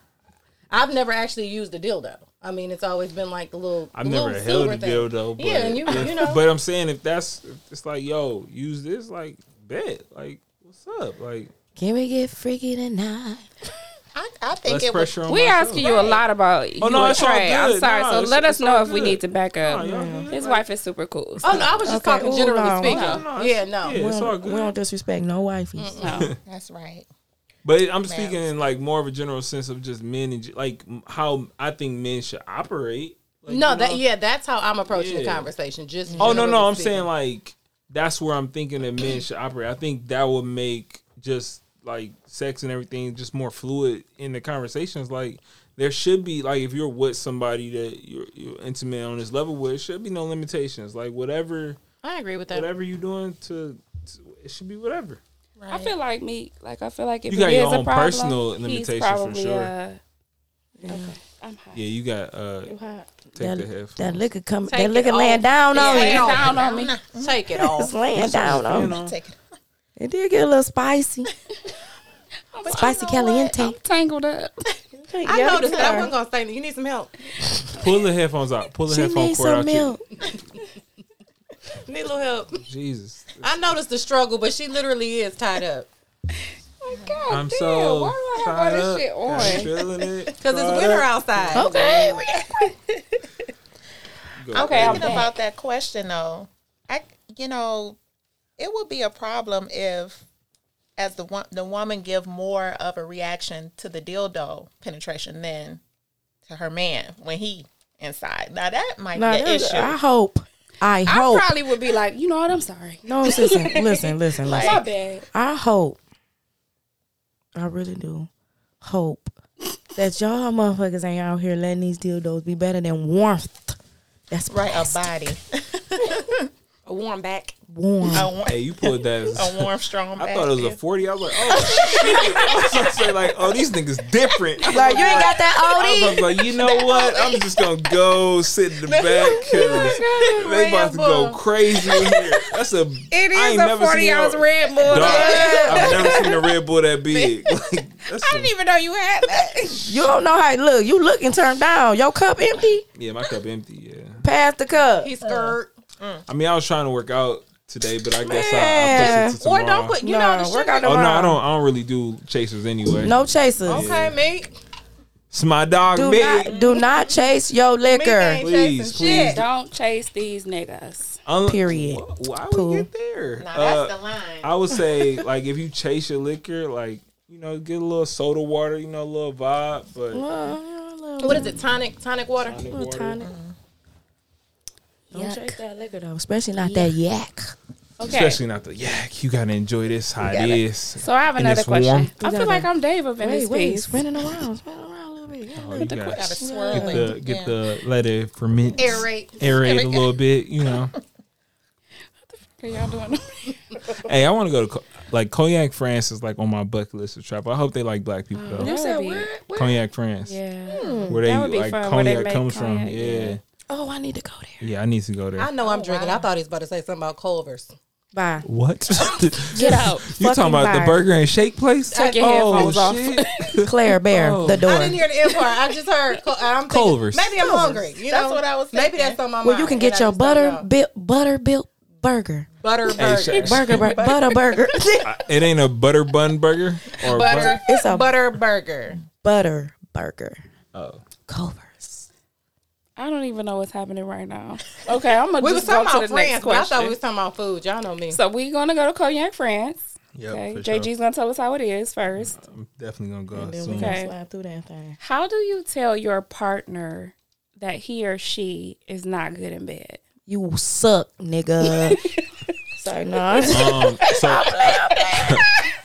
I've never actually used a dildo. I mean, it's always been like the little. I've little never held silver a thing. dildo, but yeah, and you if- you know. But I'm saying if that's if it's like yo, use this, like bet, like what's up, like Can we get freaky tonight? I, I think less it was pressure on We myself. asking you a lot about you Oh, no, and it's all Trey. I'm good. sorry, No, so it's- let us it's all know if we good. need to back up. No, y'all good. His wife is super cool. so- oh no, I was just Okay, talking ooh, generally no, speaking. No, no, yeah, it's- no. yeah, it's all We good. don't disrespect no wifey. That's right. But I'm speaking in like more of a general sense of just men and like m- how I think men should operate. Like, No, you that know? yeah, that's how I'm approaching the Yeah. conversation. Just Oh no, generally no, I'm speaking. saying like that's where I'm thinking that men should operate. I think that would make just like sex and everything just more fluid in the conversations. Like there should be like if you're with somebody that you're, you're intimate on this level with, it should be no limitations. Like whatever, I agree with that. whatever you're doing to, to it should be whatever. I feel like me. Like I feel like if You got it your is a own problem, personal he's limitations for probably, sure. Uh, Okay, I'm high. Yeah, you got uh take the That, headphones. that liquor come Take that liquor it laying off. down on Yeah. you. Down on me. Take it off. It's laying down on you. Take it. It did get a little spicy. spicy caliente. Tangled up. I noticed that. I wasn't gonna say that. You need some help. Pull the headphones out. Pull the She headphone needs cord out. some Milk. milk. Need a little help. Jesus. I noticed the struggle, but she literally is tied up God Oh, damn, I'm so why do I tied have all up. this shit I'm on? feeling it. because it's winter outside. Oh. Okay. Okay, I'm Thinking back. about that question though, I you know, it would be a problem if as the wo- the woman give more of a reaction to the dildo penetration than to her man when he inside. Now that might Nah, be an that- issue. I hope. I I hope. probably would be like, you know what? I'm sorry. no, listen, listen, listen, listen. My bad. I hope, I really do hope that y'all motherfuckers ain't out here letting these dildos be better than warmth. That's right, a plastic. body, A warm back. warm. a, wa- Hey, you pulled that. Oh, As, a warm, strong. I thought it was a back. 40. I was like, oh, shit. I was about to say, like, oh, these niggas different. Like, you ain't got that oldie. I was like, you know what? I'm just going to go sit in the back because they about to go crazy in here. That's a. It I is ain't a never 40 seen ounce a- Red Bull. Dog, I I've never seen a Red Bull that big. Like, that's some- didn't even know you had that. You don't know how it look. You looking turned down. Your cup empty. yeah, my cup empty. Yeah. Pass the cup. He skirt. I mean, I was trying to work out today, but I guess I, I'll push it to Or tomorrow. don't put, you Nah, know, the work sugar. out Oh no, I tomorrow. don't. I don't really do chasers anyway. No chasers. Okay, me. it's my dog, Do big. not do not chase your liquor. ain't Please, chasing please. shit. Don't chase these niggas. Unle- Period. Wh- Why Poo. we get there? Now Uh, that's the line. I would say like if you chase your liquor, like you know, get a little soda water, you know, a little vibe, but Well, yeah, Uh, a little What is it? Tonic, tonic water. tonic little water. tonic. Don't chase that liquor though, especially not that yak. Okay. especially not the yak. You gotta enjoy this how it is. So I have And another it's warm. question. I gotta- feel like I'm Dave up in Wait, this wait, piece. spinning around, spinning around a little bit. Yeah, Oh, you gotta Gotta get swirl it. the get the let it ferment, Aerate. aerate a little bit. You know, Okay, y'all doing? hey, I want to go to Co- like Cognac France is like on my bucket list of travel. I hope they like black people though. You said Cognac France, Oh, Yeah. where they That would be like fun, where they cognac make comes from. cognac, Yeah. yeah. Hmm. Oh, I need to go there. yeah, I need to go there. I know I'm drinking. I thought he was about to say something about Culver's. Bye. What? Get out. you talking about the Bye. burger and shake place? Oh, Take your headphones off. shit. Claire Bear, Oh. the door. I didn't hear the end part. I just heard. Cul- I'm thinking, Culver's. Maybe I'm hungry. You That's know? what I was Maybe thinking. that's on my mind. Well, you can and get I your just don't butter know. built butterbuilt burger. butter Hey, burger. sh- Burger, bur- butter burger. it ain't a butter bun burger or butter. It's a butter burger. butter burger. Oh. Culver's. I don't even know what's happening right now. Okay, I'm gonna We was just go talking to the about next friends, but I question. thought we was talking about food. Y'all know me. so we're gonna go to Cognac, France. Yep, Okay, for JG's gonna tell us how it is first. sure. I'm definitely gonna go out soon. can- Okay. Slide through that thing. How do you tell your partner that he or she is not good in bed? You suck, nigga. Sorry, no. Um, so I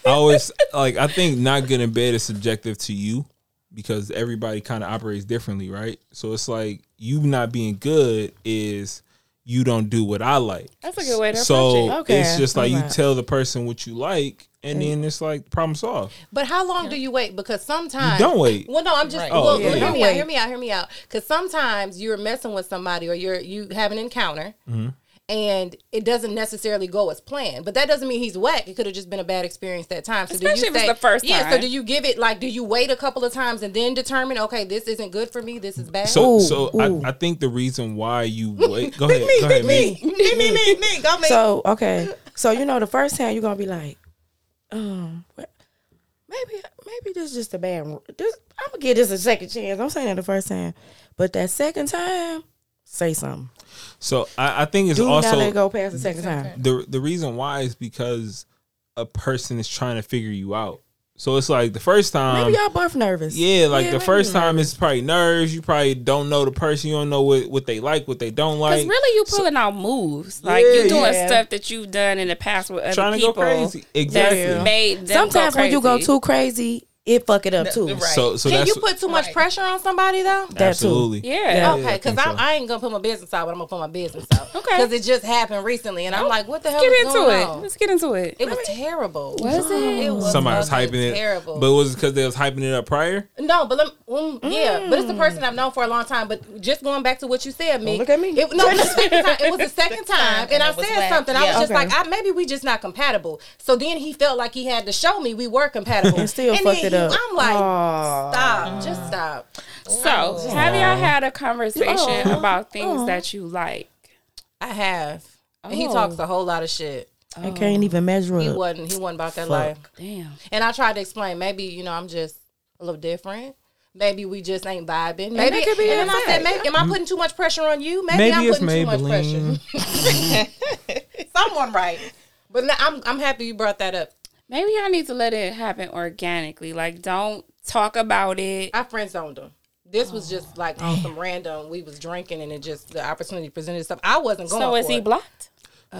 always like I think not good in bed is subjective to you because everybody kind of operates differently, right? So it's like you not being good is you don't do what I like. That's a good way to so approach it. Okay, it's just like you alright. tell the person what you like, and then it's like problem solved. But how long do you wait? Because sometimes You don't wait. Well, no, I'm just. Oh, well, yeah. well, hear Don't me out. Hear me out. Hear me out. Because sometimes you're messing with somebody or you're you have an encounter. Mm-hmm. And it doesn't necessarily go as planned, but that doesn't mean he's whack. It could have just been a bad experience that time. So do Especially you if it's say- the first Yeah. So time. do you give it like? Do you wait a couple of times and then determine? Okay, this isn't good for me. This is bad. So Ooh, so ooh. I, I think the reason why you wait. Go ahead. go ahead. Me. me, me, me, me. Go me. So okay, so you know the first time you're gonna be like, um, what- maybe maybe this is just a bad. This I'm gonna give this a second chance. I'm saying that the first time, but that second time, say something. So I, I think it's Do not also let it go past the second time. the the reason why is because a person is trying to figure you out. So it's like the first time, Maybe y'all both nervous. Um, yeah, like the maybe first you time it's probably nerves. You probably don't know the person. You don't know what, what they like, what they don't Because like. really, you pulling out moves. Like Yeah, you doing yeah. stuff that you've done in the past with other Trying to go people. crazy. That's Exactly. made them go Sometimes when you go crazy. too crazy, it fuck it up too. Right. So so Can that's you put too much right. pressure on somebody though? that too. absolutely yeah. Okay, because I I, think so. I ain't gonna put my business out, but I'm gonna put my business out. Okay. Oh, because it just happened recently, and I'm like, what the hell? Get is into going it. on? Let's get into it. It was terrible. Was it? It was somebody was fucking hyping it, Oh, Terrible. but was it because they was hyping it up prior? no, but let me, mm, yeah, but it's the person I've known for a long time. But just going back to what you said, me. look at me. It, no, it was the second time. It was the second time, and I it was said whack. something. I was Yeah. just Okay. like, I, maybe we just not compatible. So then he felt like he had to show me we were compatible, And still fucked then it he- up. I'm like, Aw. stop, just stop. So, have y'all had a conversation about things that you like? I have. And he Oh. talks a whole lot of shit. I can't even measure He up. wasn't. He wasn't about that life. Damn. And I tried to explain, maybe, you know, I'm just a little different. Maybe we just ain't vibing. Maybe that could be and then I it. said, maybe am I putting too much pressure on you? Maybe, I'm Maybe it's putting too much pressure. Maybelline. Someone right. But no, I'm I'm happy you brought that up. Maybe y'all need to let it happen organically. Like, don't talk about it. I friend zoned him. This was just like Oh. on some random. We was drinking and it just the opportunity presented itself. I wasn't going. So, is for he it. blocked? Say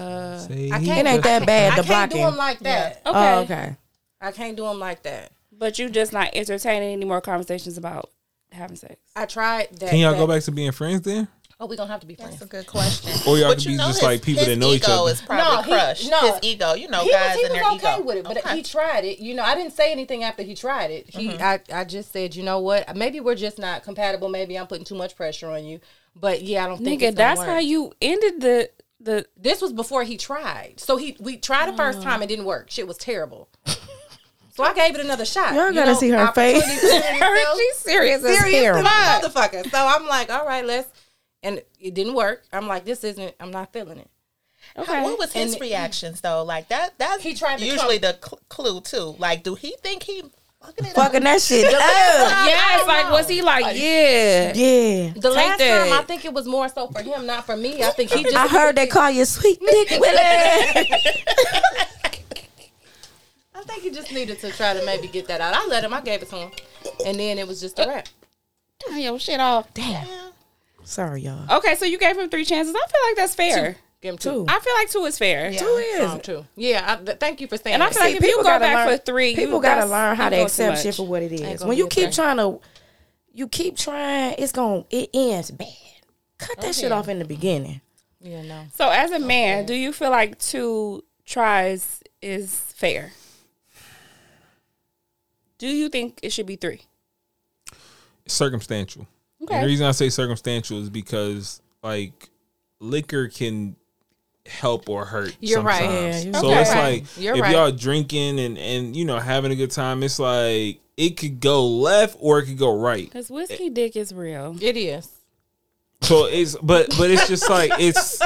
I he can't- It ain't that I bad. The can't blocking. do him like that. Okay. Oh, okay. I can't do him like that. But you just not entertaining any more conversations about having sex. I tried that. Can y'all go that- back to being friends then? Oh, we gonna have to be friends. That's a good question. Or y'all But could you be know just his- like people his that know each ego other. is probably No, he- crushed. no. his ego, you know, he guys was, he and was their okay ego. with it, but Okay. Mm-hmm. he tried it. You know, I didn't say anything after he tried it. He, I, I just said, you know what? Maybe we're just not compatible. Maybe I'm putting too much pressure on you. But yeah, I don't think Nigga, it's gonna that's work. how you ended the the. This was before he tried, so he we tried the first time. It didn't work. Shit was terrible. so I gave it another shot. Y'all You gotta know, see her face. opportunity presented itself. She's serious. as serious hell. as a motherfucker. So I'm like, all right, let's. And it didn't work. I'm like, this isn't. I'm not feeling it. Okay. What was his And- reactions though? Like that. That's He tried to usually the cl- clue too. Like, do he think he fucking it Fucking up? that shit up. yes, like was he like, yeah, Yeah. The Take last that. time I think it was more so for him, not for me. I think he just I heard they call you Sweet Dick Willie. I think he just needed to try to maybe get that out. I let him, I gave it to him. And then it was just a wrap. turn your shit off? Damn. Sorry, y'all. Okay, so you gave him three chances. I feel like that's fair. Give him two. Two. I feel like two is fair. Two Strong is. two. Yeah, I, th- thank you for saying And I that. feel like if you go back learn, for three, people you, gotta that's- learn how you to go too accept shit much. for what it is. gonna When you be keep okay. trying to, you keep trying, it's gonna it ends bad. Cut that shit off in the beginning. yeah, no. So as a man, do you feel like two tries is fair? Do you think it should be three? circumstantial. Okay. And the reason I say circumstantial is because like liquor can help or hurt. You're right. sometimes. Yeah, so you're it's right. like You're if right. y'all drinking and and you know having a good time, it's like it could go left or it could go right. Because whiskey dick is real. It is. So it's but but it's just like it's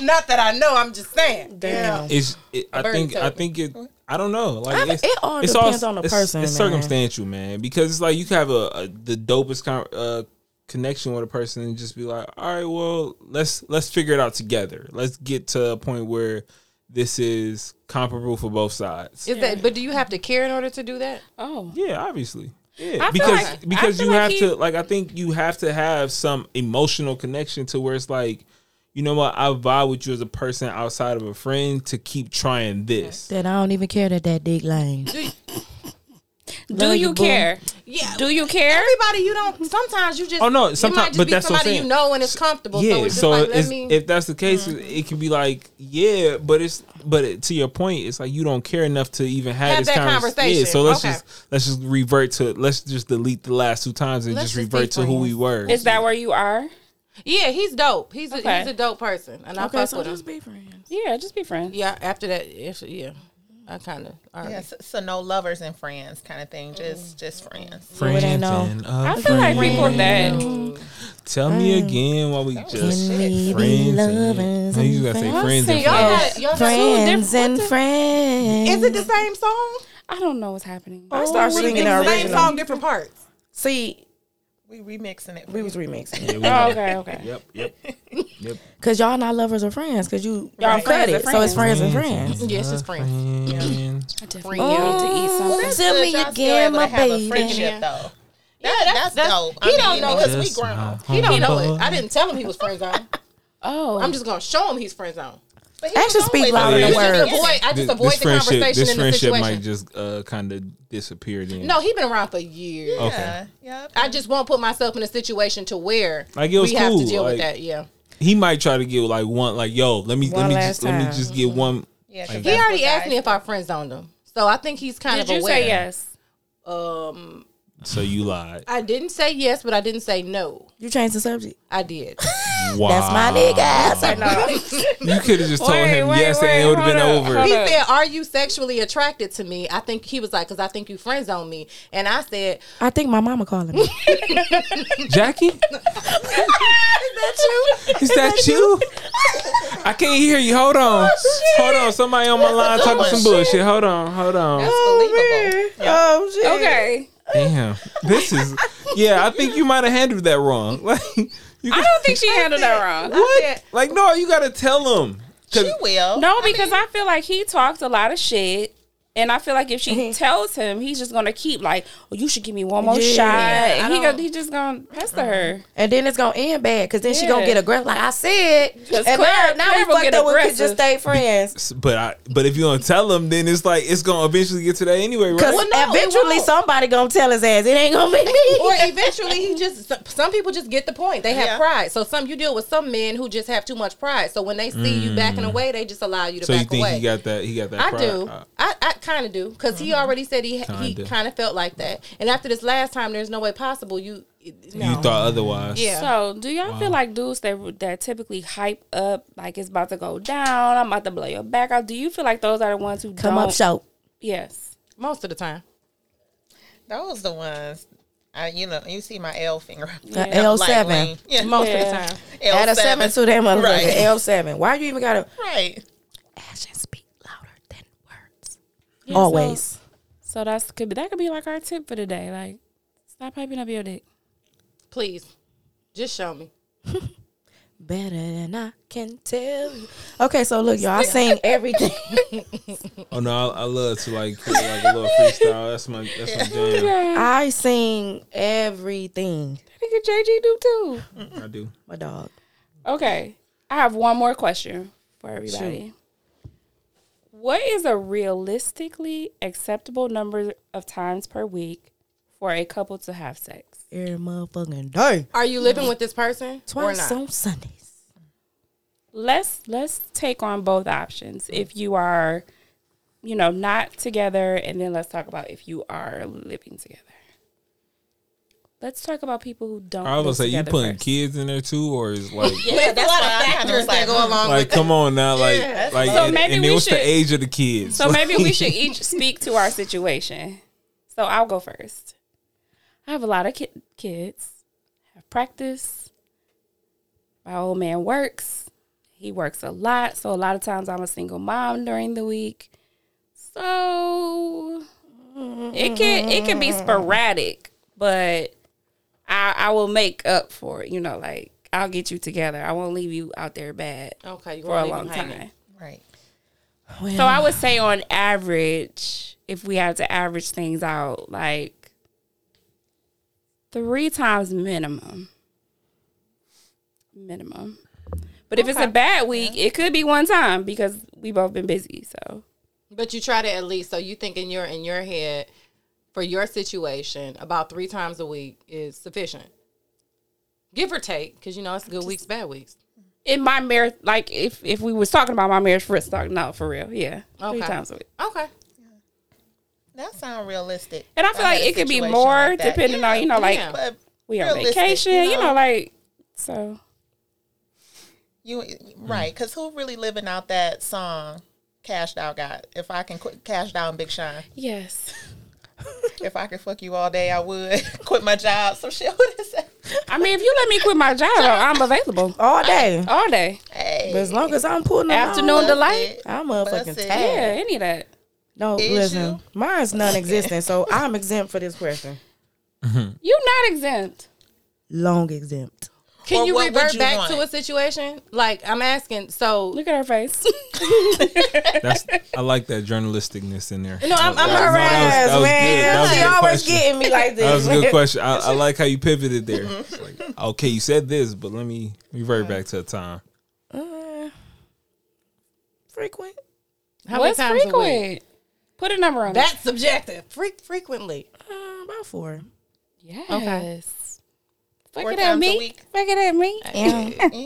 Not that I know, I'm just saying. Damn. it's it, I Burn think token. I think it I don't know like I- it's, it all depends on the it's, person, It's man. circumstantial, man, because it's like you can have a, a the dopest con- uh, connection with a person and just be like, all right, well let's let's figure it out together. Let's get to a point where this is comparable for both sides. Is that but do you have to care in order to do that? Oh. yeah, obviously. I Yeah, feel because like- I because feel you like have he- to like I think you have to have some emotional connection to where it's like, you know what, I vibe with you as a person outside of a friend to keep trying this. That I don't even care that that dick lame. Do you care? Yeah. Do you care? Everybody, you don't. Sometimes you just. Oh, no, it sometimes- might just but be that's what I'm somebody saying. you know and it's comfortable. yeah, so it's just like let it's- me. Mm-hmm. if that's the case, it can be like, yeah, but it's but it, to your point, it's like you don't care enough to even have, Have this that convers- conversation. Yeah, so let's Okay. just let's just revert to let's just delete the last two times and Let's just just be revert to who we friends. were. Is that where you are? yeah, he's dope. He's a, Okay. he's a dope person, and I Okay, fuck so with him. just be friends. Yeah, just be friends. yeah. After that, if, yeah, I kind of. Yeah, so, so no lovers and friends kind of thing. Mm. Just just friends. it ain't friends no- and a I feel like people friend. that Tell me again why we just Maybe friends. lovers And, no, you gotta say and friends and Y'all friends. got y'all got. Friends different- and what the- friends. Is it the same song? I don't know what's happening. I start singing the It's the same original. song, different parts. See, We remixing it. we was remixing. it. Oh, okay, okay. Yep, yep. Cause y'all not lovers or friends. Cause you Y'all you friends cut or it. So it's friends Mm-hmm. and friends. Yeah, it's just friends. Friends. to Friends. eat something. Tell Good me y'all still again, able my to have baby. a friendship though. That, that's, that's- dope. he don't know because we Just my grown. He don't know homeboy. it. I didn't tell him he was friend zone. Oh, I'm just gonna show him he's friend zone. But he was Actually speak always louder friends. than He just words. avoid- Boy, I Th- just avoid the conversation this in the friendship situation. might just uh, kind of disappear then. no, he been around for years. Okay. Yeah, yep. I just won't put myself in a situation to where Like, it was we have to cool, deal like- with that. Yeah, He might try to get like one like yo, let me One let me last just let me time. just get one Yeah, 'cause Like, he that's already what asked guys- me if I friend zoned him, so I think he's kind did of you aware. say yes? Um, so you lied. I didn't say yes, but I didn't say no. You changed the subject. I did. Wow. That's my nigga. So You could have just told Wait, him wait, yes wait, and it would have been hold up, over. He Hold up. said, "Are you sexually attracted to me?" I think he was like, "Cause I think you friend zone me," and I said, I think my mama calling me. Jackie? Is that you? Is that you? I can't hear you. Hold on. hold on. Somebody on my line talking some bullshit. Hold on. Hold on. Unbelievable. Oh shit. Okay, Damn. This is Yeah, I think you might have handled that wrong. Like you I don't think she handled that wrong. what? Like no, you got to tell him. She will. No, because I, feel like he talked a lot of shit. And I feel like if she tells him, he's just gonna keep like, well, you should give me one more Yeah. shot. And he go, he just gonna pester her. And then it's gonna end bad because then she Yeah. gonna get aggressive. Like I said, Just and Claire- now, now Claire we gonna fucked get up. We could aggressive. just stay friends. S- But I, but if you don't tell him, then it's like it's gonna eventually get to that anyway, right? Because Well, no, it eventually won't. somebody gonna tell his ass it ain't gonna be or me. eventually he just some- some people just get the point they have Yeah. pride so some you deal with some men who just have too much pride so when they see you backing away they just allow you to Mm. so back you think away he got that? He got that? I pride? do. Uh, I, I kind of do because he already said he he Kinda. kind of felt like that. And after this last time, there's no way possible. You no. You thought otherwise? yeah. So, do y'all feel like dudes that that typically hype up like it's about to go down? I'm about to blow your back out. Do you feel like those are the ones who Come don't? up, show. Yes. most of the time. Those the ones I, you know, you see my L finger. The L7. Lightly. Yeah. most L7. of the time. Add a seven to that motherfucker. Right. L7. Why you even gotta Right. actions speak louder than words? Yeah, so- Always. So that's could be that could be like our tip for today. Like, stop hyping up your dick. Please, just show me. Better than I can tell you. Okay, so look, y'all, I sing everything. Oh no, I, I love to like put like a little freestyle. That's my that's my jam. I sing everything. Nigga, JG do too. I do. My dog. Okay, I have one more question for everybody. What is a realistically acceptable number of times per week for a couple to have sex? Every motherfucking day. Are you living with this person or Twice not? on Sundays. Let's let's take on both options. If you are, you know, not together, and then let's talk about if you are living together. Let's talk about people who don't. I was live gonna say you together putting first. kids in there too, or is like Yeah, that's why I kind of was like, go along like come on now, like like So and, maybe and then we what's should- the age of the kids? So maybe we should each speak to our situation. So I'll go first. I have a lot of ki- kids. I have practice. My old man works. He works a lot, so a lot of times I'm a single mom during the week. So mm, it can it can be sporadic, but I I will make up for it. You know, like I'll get you together. I won't leave you out there bad Okay, you for a wanna leave long them hanging. time. right. So I would say on average, if we had to average things out, like three times minimum. Minimum. But if it's a bad week, it could be one time because we both been busy. So But you try to at least. So you thinking you're in your head for your situation about three times a week is sufficient, give or take, because you know it's good weeks, bad weeks. in my marriage, like if if we was talking about my marriage, for talk, no, for real, yeah, three Okay. times a week. Okay, That sounds realistic. And I feel like had a it could be situation more like that. depending on you know, like yeah. But we on Realistic, vacation, you you know, know. like so. you right, because who really living out that song? Cashed out, got if I can quit Cashed out and Big Shine. Yes. If I could fuck you all day, I would quit my job. Some shit. What is that? I mean, if you let me quit my job, I'm available All day. all day. Hey, But as long as I'm putting on Afternoon all- delight. I'm Bust motherfucking it. tired. Yeah, any of that. No, Is listen, you? mine's non-existent, so I'm exempt for this question. You not exempt. Long exempt. can Or you what would revert you back want? to a situation? Like I'm asking. So Look at her face. That's I like that journalisticness in there. no, I'm, I'm No, alriys that was, that was good. That was a She good always question. getting me like this. That was a good question. I, I like how you pivoted there. It's like, okay, you said this, but let me revert back to a time. Uh, Frequent. how many What's times a week? frequent? Put a number on That's subjective. Freak frequently. Uh, about four. it. Yes. Okay. Fuck Four it at times a me. week. Fuck it at me.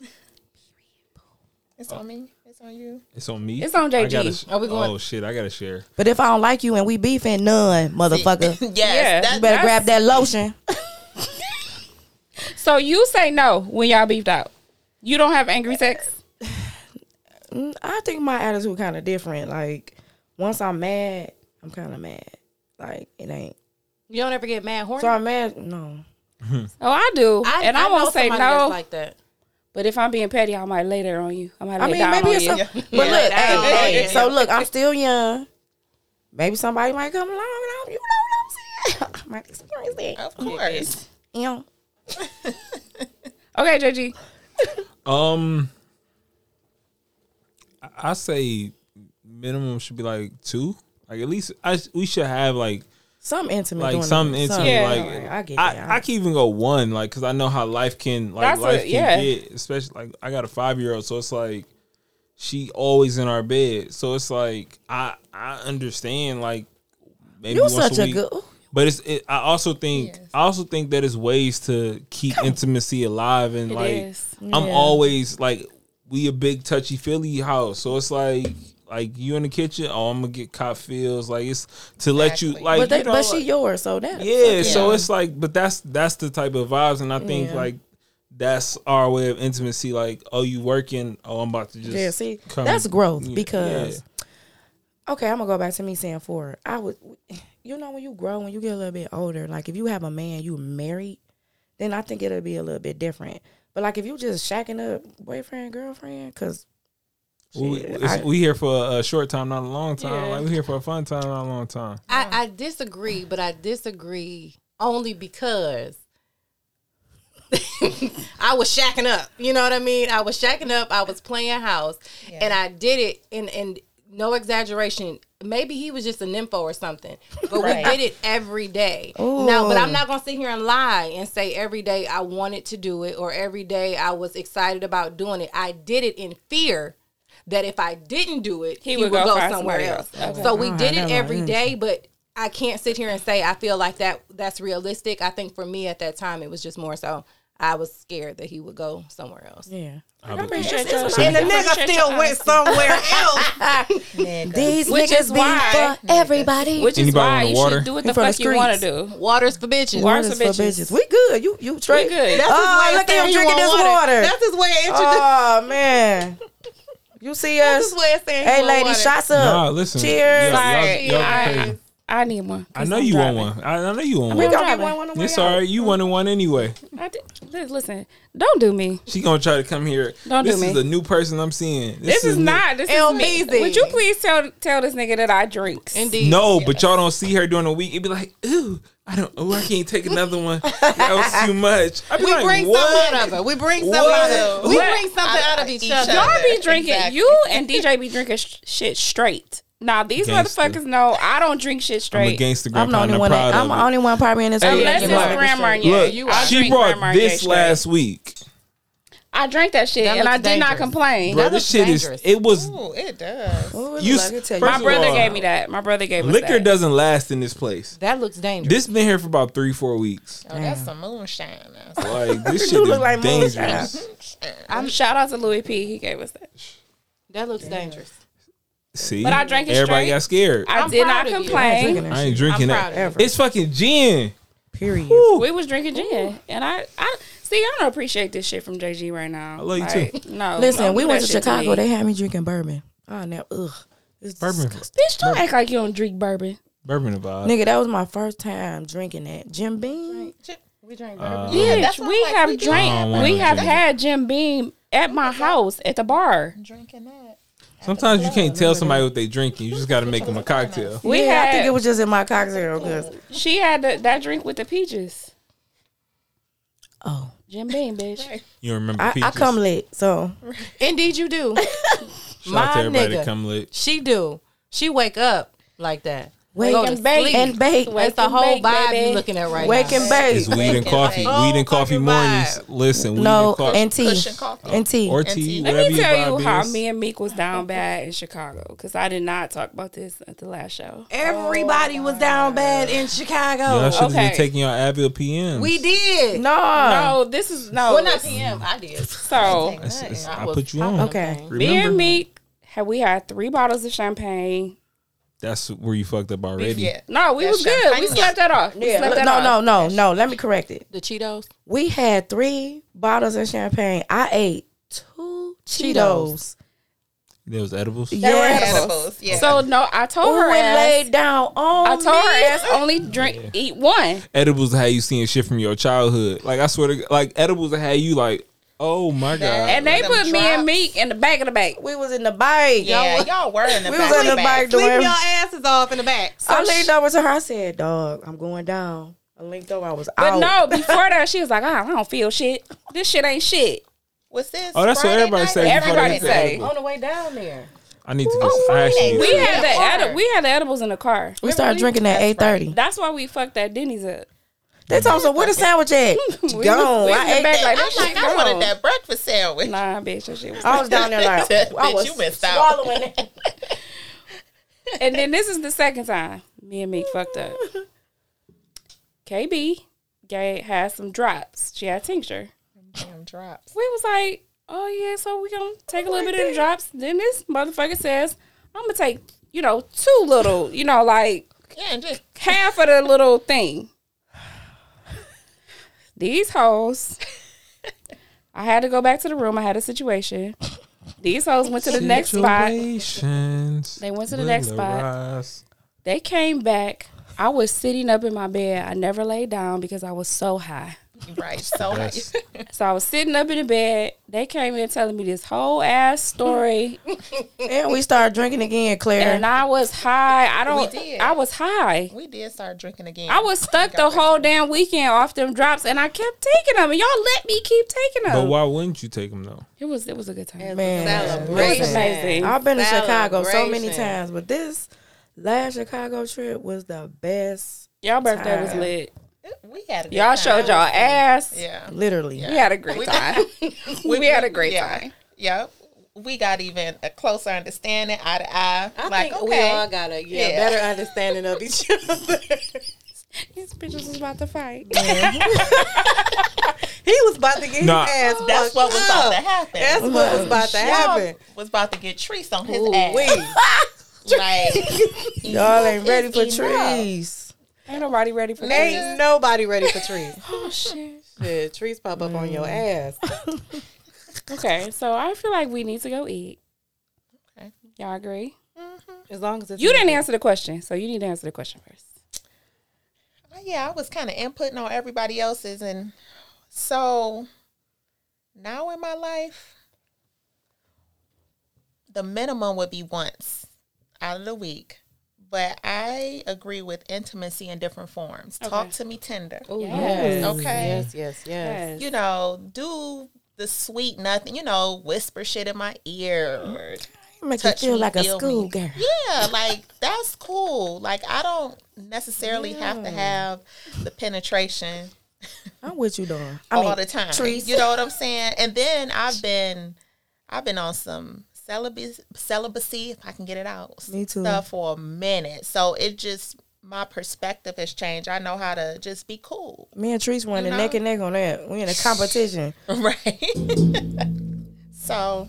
Yeah. It's on me. It's on you. It's on me. It's on I JG. gotta sh- Are we going- Oh shit, I gotta share. But if I don't like you and we beefing, none, motherfucker. yes. Yeah. that- You better grab that lotion. So you say no when y'all beefed out. You don't have angry sex. Mm, I think my attitude kind of different. Like once I'm mad, I'm kind of mad. Like it ain't. You don't ever get mad horny. So I'm mad. No. Oh, I do, I, and I, know won't say somebody that's no. Like that. but if I'm being petty, I might later on you. I might. I lay mean, down maybe on it's. you. Some, But down look, hey, on hey, you. So look, I'm still young. Maybe somebody might come along, and I, you know what I'm saying? I might experience that. Of course. You know. okay, JG. Um, I- I say minimum should be like two. Like at least I sh- we should have like Some intimate, like doing some it. intimate Yeah. like I get that. I, I can even go one like because I know how life can like That's life what- can yeah. get especially like I got a five year old so it's like she always in our bed so it's like I I understand like maybe You're once such a, a week. good. But it's. It, I also think. I also think that it's ways to keep intimacy alive, and like is. I'm always like we a big touchy feely house, so it's like like you in the kitchen. Oh, I'm gonna get cop feels. Like it's to let you Exactly. like. But, they, you know, but she like- yours, so that. yeah, so Yeah. it's like, but that's that's the type of vibes, and I think like that's our way of intimacy. Like, oh, you working? Oh, I'm about to just Yeah, see, come- that's growth Yeah, because okay, I'm gonna go back to me saying forward. I would, you know when you grow when you get a little bit older like if you have a man you married then i think it'll be a little bit different but like if you just shacking up boyfriend girlfriend because We, Shit, it's- I- we here for a short time, not a long time. Like we here for a fun time, not a long time. I, I disagree, but I disagree only because I was shacking up. You know what I mean? I was shacking up. I was playing house, and I did it. And and no exaggeration. Maybe he was just a nympho or something, but Right. we did it every day. Now, but I'm not gonna sit here and lie and say every day I wanted to do it or every day I was excited about doing it. I did it in fear that if I didn't do it, he, would, go, find somewhere somebody else. else. Okay. So we did it every day, but I can't sit here and say I feel like that that's realistic. I think for me at that time it was just more so I was scared that he would go somewhere else. yeah I believe- And the nigga still went somewhere else. these Which is niggas why- be for everybody Which is Anybody why on the you water? should do what the from the fuck you want to streets. do. Waters for bitches. Water- Waters for for bitches. bitches. We good. You you straight. good. That's oh, look at him drinking this water. That's his way of introducing. oh man, you see that's us? his way of saying. he Hey, want lady, water. shots up. Nah, listen. Y'all- Cheers. y'all- Sorry, y'all I- crazy. I need one. I know you want one. I, I know you want one. gonna get driving. one on the way It's out. all right. You wanted one anyway. I did, li- listen, don't do me. She gonna try to come here. Don't do this is me. a new person I'm seeing. This, is new. not. This is me. LBZ. Would you please tell tell this nigga that I drinks? Indeed. No, but y'all don't see her during the week. It'd be like, ooh, I don't. Oh, I can't take another one. That was too much. I'd be We like, bring what? something out of her. We bring something out What? of We What? bring something out of each Each other. other. Y'all be drinking. Exactly. You and DJ be drinking sh- shit straight. Now these Gangsta. motherfuckers know I don't drink shit I'm a straight. gangster I'm the grandpa. and only I'm one. proud That, I'm of the it. only one probably in this. room that Unless can it's drink it Grand Marnier. Look, you, I she drink brought Grand Marnier this straight. last week. I drank that shit That and I did looks not dangerous. complain. Bro, That this looks shit dangerous. is. It was. Ooh, it does. Oh, straight. You, Look, I can tell first My of brother all, gave me that. My brother gave me uh, Liquor that. doesn't last in this place. That looks dangerous. This been here for about three, four weeks. Oh, that's some moonshine. That's Like this shit is look like moonshine. dangerous. I'm Um, shout out to Louis P. He gave us that. that looks dangerous. See, But I drank it Everybody straight. got scared. I, I I'm did proud not of you. complain. drinking that ain't shit. drinking proud that. of you. It's fucking gin. Period. We was drinking gin, and I, I see. I don't appreciate this shit from JG right now. I love you too. No, Listen, don't we do went that to shit Chicago. me. they had me drinking bourbon. Oh, now ugh. It's Bourbon, bitch, don't act like you don't drink bourbon. bourbon about. Nigga, that was my first time drinking that. Jim Beam. Uh-huh. Bitch, what we I'm like, have we that. do drank. Oh, We wow. have had Jim Beam at my house at the bar. drinking that. Sometimes you can't tell somebody what they drinking. You just got to make them a cocktail. We yeah, had. I think it was just in my cocktail because She had the, that drink with the peaches. oh, Jim Beam, bitch. You remember? I, I peaches? come late, so Indeed, you do. Shout out to My everybody that nigga. come lit. She do. She wake up like that. wake Go to and bake sleep. and bake, That's the and whole bake, vibe baby. you looking at right wake now. and bake. It's weed and coffee. Oh, weed and coffee fucking mornings. vibe. Listen, weed No, and coffee. and tea, Cushion coffee. and tea. or tea, tea. whatever Let me your tell you vibe how is. me and Meek was down bad in Chicago because I did not talk about this at the last show. Everybody was down bad in Chicago. Y'all should have okay. been taking your Advil PM. We did. No, no, Oh, this is no. Well, not PM. I did. so I put you on. okay. me and Remember, Meek, had we had three bottles of champagne. that's where you fucked up already. Yeah. No, we was good. We champagne. slept that off. We slept that No, off. no, no, no. Let me correct it. The Cheetos. We had three bottles of champagne. I ate two Cheetos. Cheetos. There was edibles. They were Yes. edibles. Yeah. So no, I told Ooh, her it ass. laid down on I told her me. ass only drink eat one. Edibles are how you seeing shit from your childhood. Like I swear to God, like edibles are how you like. Oh my god. And they Them put me and drops. Meek in the back of the back. We was in the bike. yeah, y'all were in the we back. was in the back. bike Sleep your doing. asses off in the back. I leaned over to her. I said, "Dog, I'm going down." I linked over. I was But out. no, before that, she was like, "Ah, I don't feel shit. This shit ain't shit. What's this? Oh, that's what Friday everybody night? say. before they Everybody get the say. edible. On the way down there. I need to get. I actually need We to- had the Yeah, edi- or- we had the edibles in the car. we started drinking at eight thirty. That's why we fucked that Denny's up. They told us where the sandwich at. We Gone. was, we was Oh, I in the ate back that. like that I'm like, shit. I gone. wanted that breakfast sandwich. Nah, bitch, that shit was. I was down there like I Bitch, was you missed out. swallowing it. and then this is the second time me and Meek fucked up. KB gay had some drops. She had tincture. Damn drops. Oh We was like, oh yeah, so we gonna take a little bit of the drops. Then this motherfucker says, I'm gonna take you know too little, you know like Yeah, and just half of the little thing. These hoes. I had to go back to the room. I had a situation. These hoes went to the next spot. Situations They went to the will next spot. arise. They came back I was sitting up in my bed. I never laid down because I was so high. Right. So Yes. So I was sitting up in the bed. They came in telling me this whole ass story, And we started drinking again, Claire. and I was high. I don't. We did. Oh I was high. we did start drinking again. I was stuck the whole damn weekend off them drops, and I kept taking them. And y'all let me keep taking them. But why wouldn't you take them though? It was. It was a good time. Man, it Celebration. was listen, amazing. I've been to Chicago so many Celebration. times, but this last Chicago trip was the best. Y'all birthday was lit. We had a good Y'all time. showed y'all ass. Yeah. Literally, We had a great time. we had a great yeah. time. Yep. We got even a closer understanding eye to eye. I like, think we okay. all got a yeah, Yeah. better understanding of each other. These bitches was about to fight. he was about to get Nah. his ass. that's fucked what was up. about to happen. That's what was about to Y'all happen. was about to get trees on his Ooh, ass. wee. Like, y'all ain't ready for It's enough. trees. Ain't nobody ready for that. Ain't nobody ready for trees. Oh shit. Shit, Mm. trees pop up on your ass. Okay, so I feel like we need to go eat. Okay. Y'all agree? Mm-hmm. As long as it's You didn't answer the question, so you need to answer the question first. yeah, I was kind of inputting on everybody else's, and so now in my life, the minimum would be once out of the week. But I agree with intimacy in different forms. Talk to me tender. Oh yes. Okay. Yes, yes, yes. Yes. you know, do the sweet nothing, you know, whisper shit in my ear. Or, Make Touch you feel me, like a feel me. schoolgirl. yeah, like that's cool. Like I don't necessarily have to have the penetration I'm with you, Dawn. I all the time. trees. You know what I'm saying? And then I've been I've been on some celibacy celibacy, if I can get it out. Me too. Stuff for a minute. So it just my perspective has changed. I know how to just be cool. Me and Trees running neck and neck on that. We in a competition. Right. so,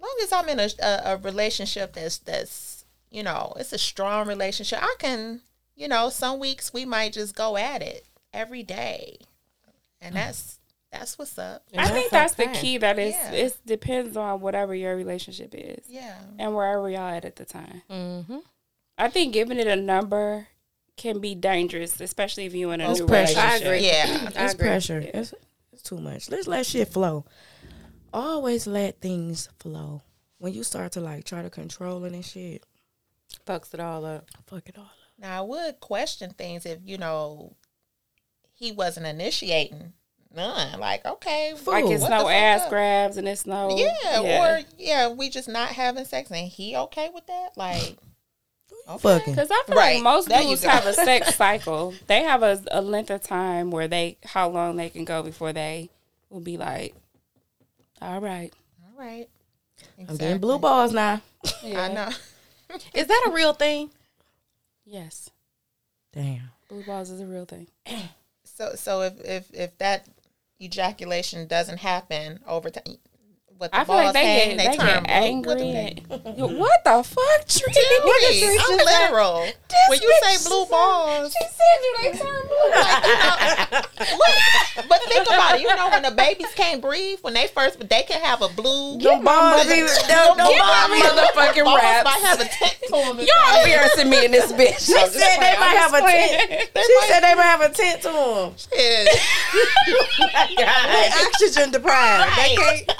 long as I'm in a, a a relationship that's that's you know it's a strong relationship, I can you know some weeks we might just go at it every day, Mm. and that's that's what's up. I think that's the key that it's Yeah. it depends on whatever your relationship is Yeah. and wherever y'all at at the time. Mm-hmm. I think giving it a number can be dangerous, especially if you in a It's new pressure. relationship. I Yeah. I It's agree. pressure. It's, it's too much. Let's let shit flow. Always let things flow. When you start to like try to control it and shit, Fucks it all up. fuck it all. up. Now I would question things if you know he wasn't initiating none. Like okay, Like it's what the no fuck ass up? grabs and it's no Yeah, or yeah, we just not having sex and he okay with that? Like okay. Fucking. Because I feel Right. like most There you dudes go. have a sex cycle. They have a, a length of time where they how long they can go before they will be like, all right. All right. I'm getting blue balls now. I know. Is that a real thing? Yes, Damn. blue balls is a real thing. So so if if if that ejaculation doesn't happen over time, what the I feel balls like they hang, get they, they, turn get blue. What angry. the- and- Yo, what the fuck, Please, Tree? I'm literal. When you say blue balls, She said you they turn blue. Like, look, but think about it. You know when the babies can't breathe, when they first, they can have a blue. Them balls be them, them Give balls my be- motherfucking balls raps. might have a tent to 'em if Y'all embarrassing me in this bitch. She said they might have a tent. She said they might have a tent to them. they is. They oxygen deprived. They can't.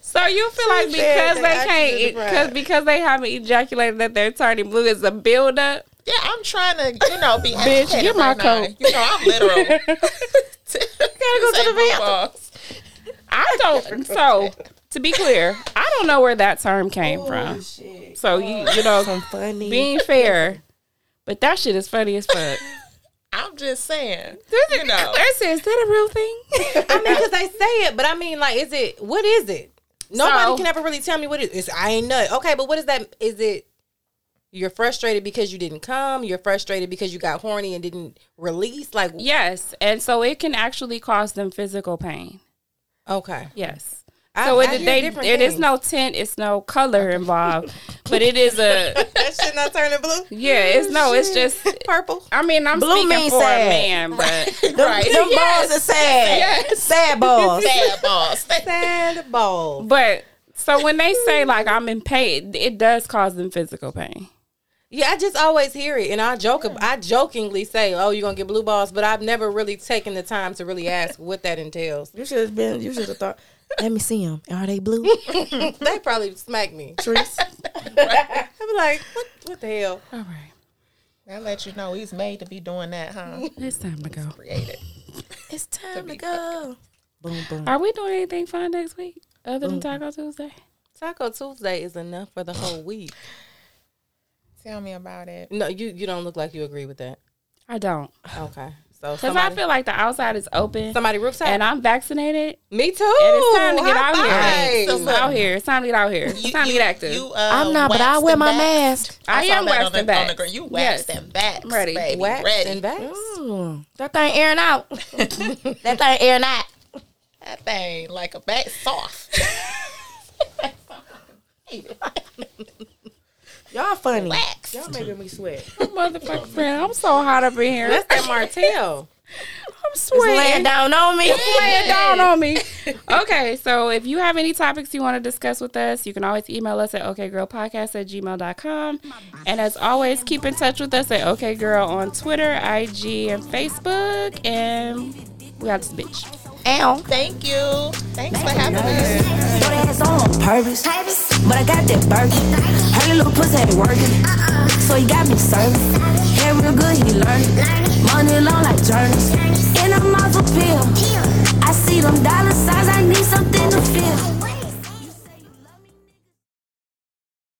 So you feel like said because they they actually can't, deprived. because because they haven't ejaculated that they're turning blue is a buildup. Yeah, I'm trying to, you know, be Bitch, educated get my right now. coat. You know, I'm literal. gotta go to the I don't. So to be clear, I don't know where that term came from. So you you know Funny. being fair, but that shit is funny as fuck. I'm just saying, There's you know, is that a real thing? I mean, because they say it, but I mean, like, is it what is it? Nobody So- can ever really tell me what it is. I ain't know. it. Okay, but what is that? Is it you're frustrated because you didn't come? You're frustrated because you got horny and didn't release? Like, yes, and so it can actually cause them physical pain. okay. Yes. I- So I it, hear they, different it is things. no tint, it's no color involved, but it is a That shit not turning blue. yeah. It's no, it's just. Purple. I mean, I'm Blue speaking means for sad. a man, but Them, them balls are sad. Sad balls. bad boss. Sand ball. but so when they say like I'm in pain, it does cause them physical pain. Yeah, I just always hear it, and I joke. ab- I jokingly say, "Oh, you're gonna get blue balls," but I've never really taken the time to really ask what that entails. You should have been. You should have thought. Let me see them. Are they blue? they probably smack me. Trees. I'd be like, "What? What the hell?" All right. I let you know he's made to be doing that, huh? It's time to go. Created. It's time to go. Boom boom. Are we doing anything fun next week other than Taco Tuesday? Taco Tuesday is enough for the whole week. Tell me about it. No, you you don't look like you agree with that. I don't. Okay, so Because somebody, I feel like the outside is open somebody rooftop. and I'm vaccinated. me too. And it's time to get High out here. five. It's out here. It's time to get out here. It's time to get active. you, uh, I'm not, but I waxed wear and my vaxxed. mask. I, saw am that on waxed and the- on the back. gr- You waxed and back. Ready. Baby. Waxed Ready. and vaxxed. Mm, that thing airing out. that thing airing out. That thing like a back soft. Y'all funny. Wax. Y'all making me sweat. Motherfucker, friend. I'm so hot up in here. That's that Martell. I'm It's laying sweating. down on me. Lay it down on me. Okay, so if you have any topics you want to discuss with us, you can always email us at okgirlpodcast at gmail.com. And as always, keep in touch with us at okgirl on Twitter, IG, and Facebook. And we out this bitch. Ow. Thank you. Throw for having us. Throw that ass on on purpose. But I got that burger. Heard your little pussy ain't working. So he got me serving. Hair real good, he learning. Money long like journeys. And I'm off a pill. I see them dollar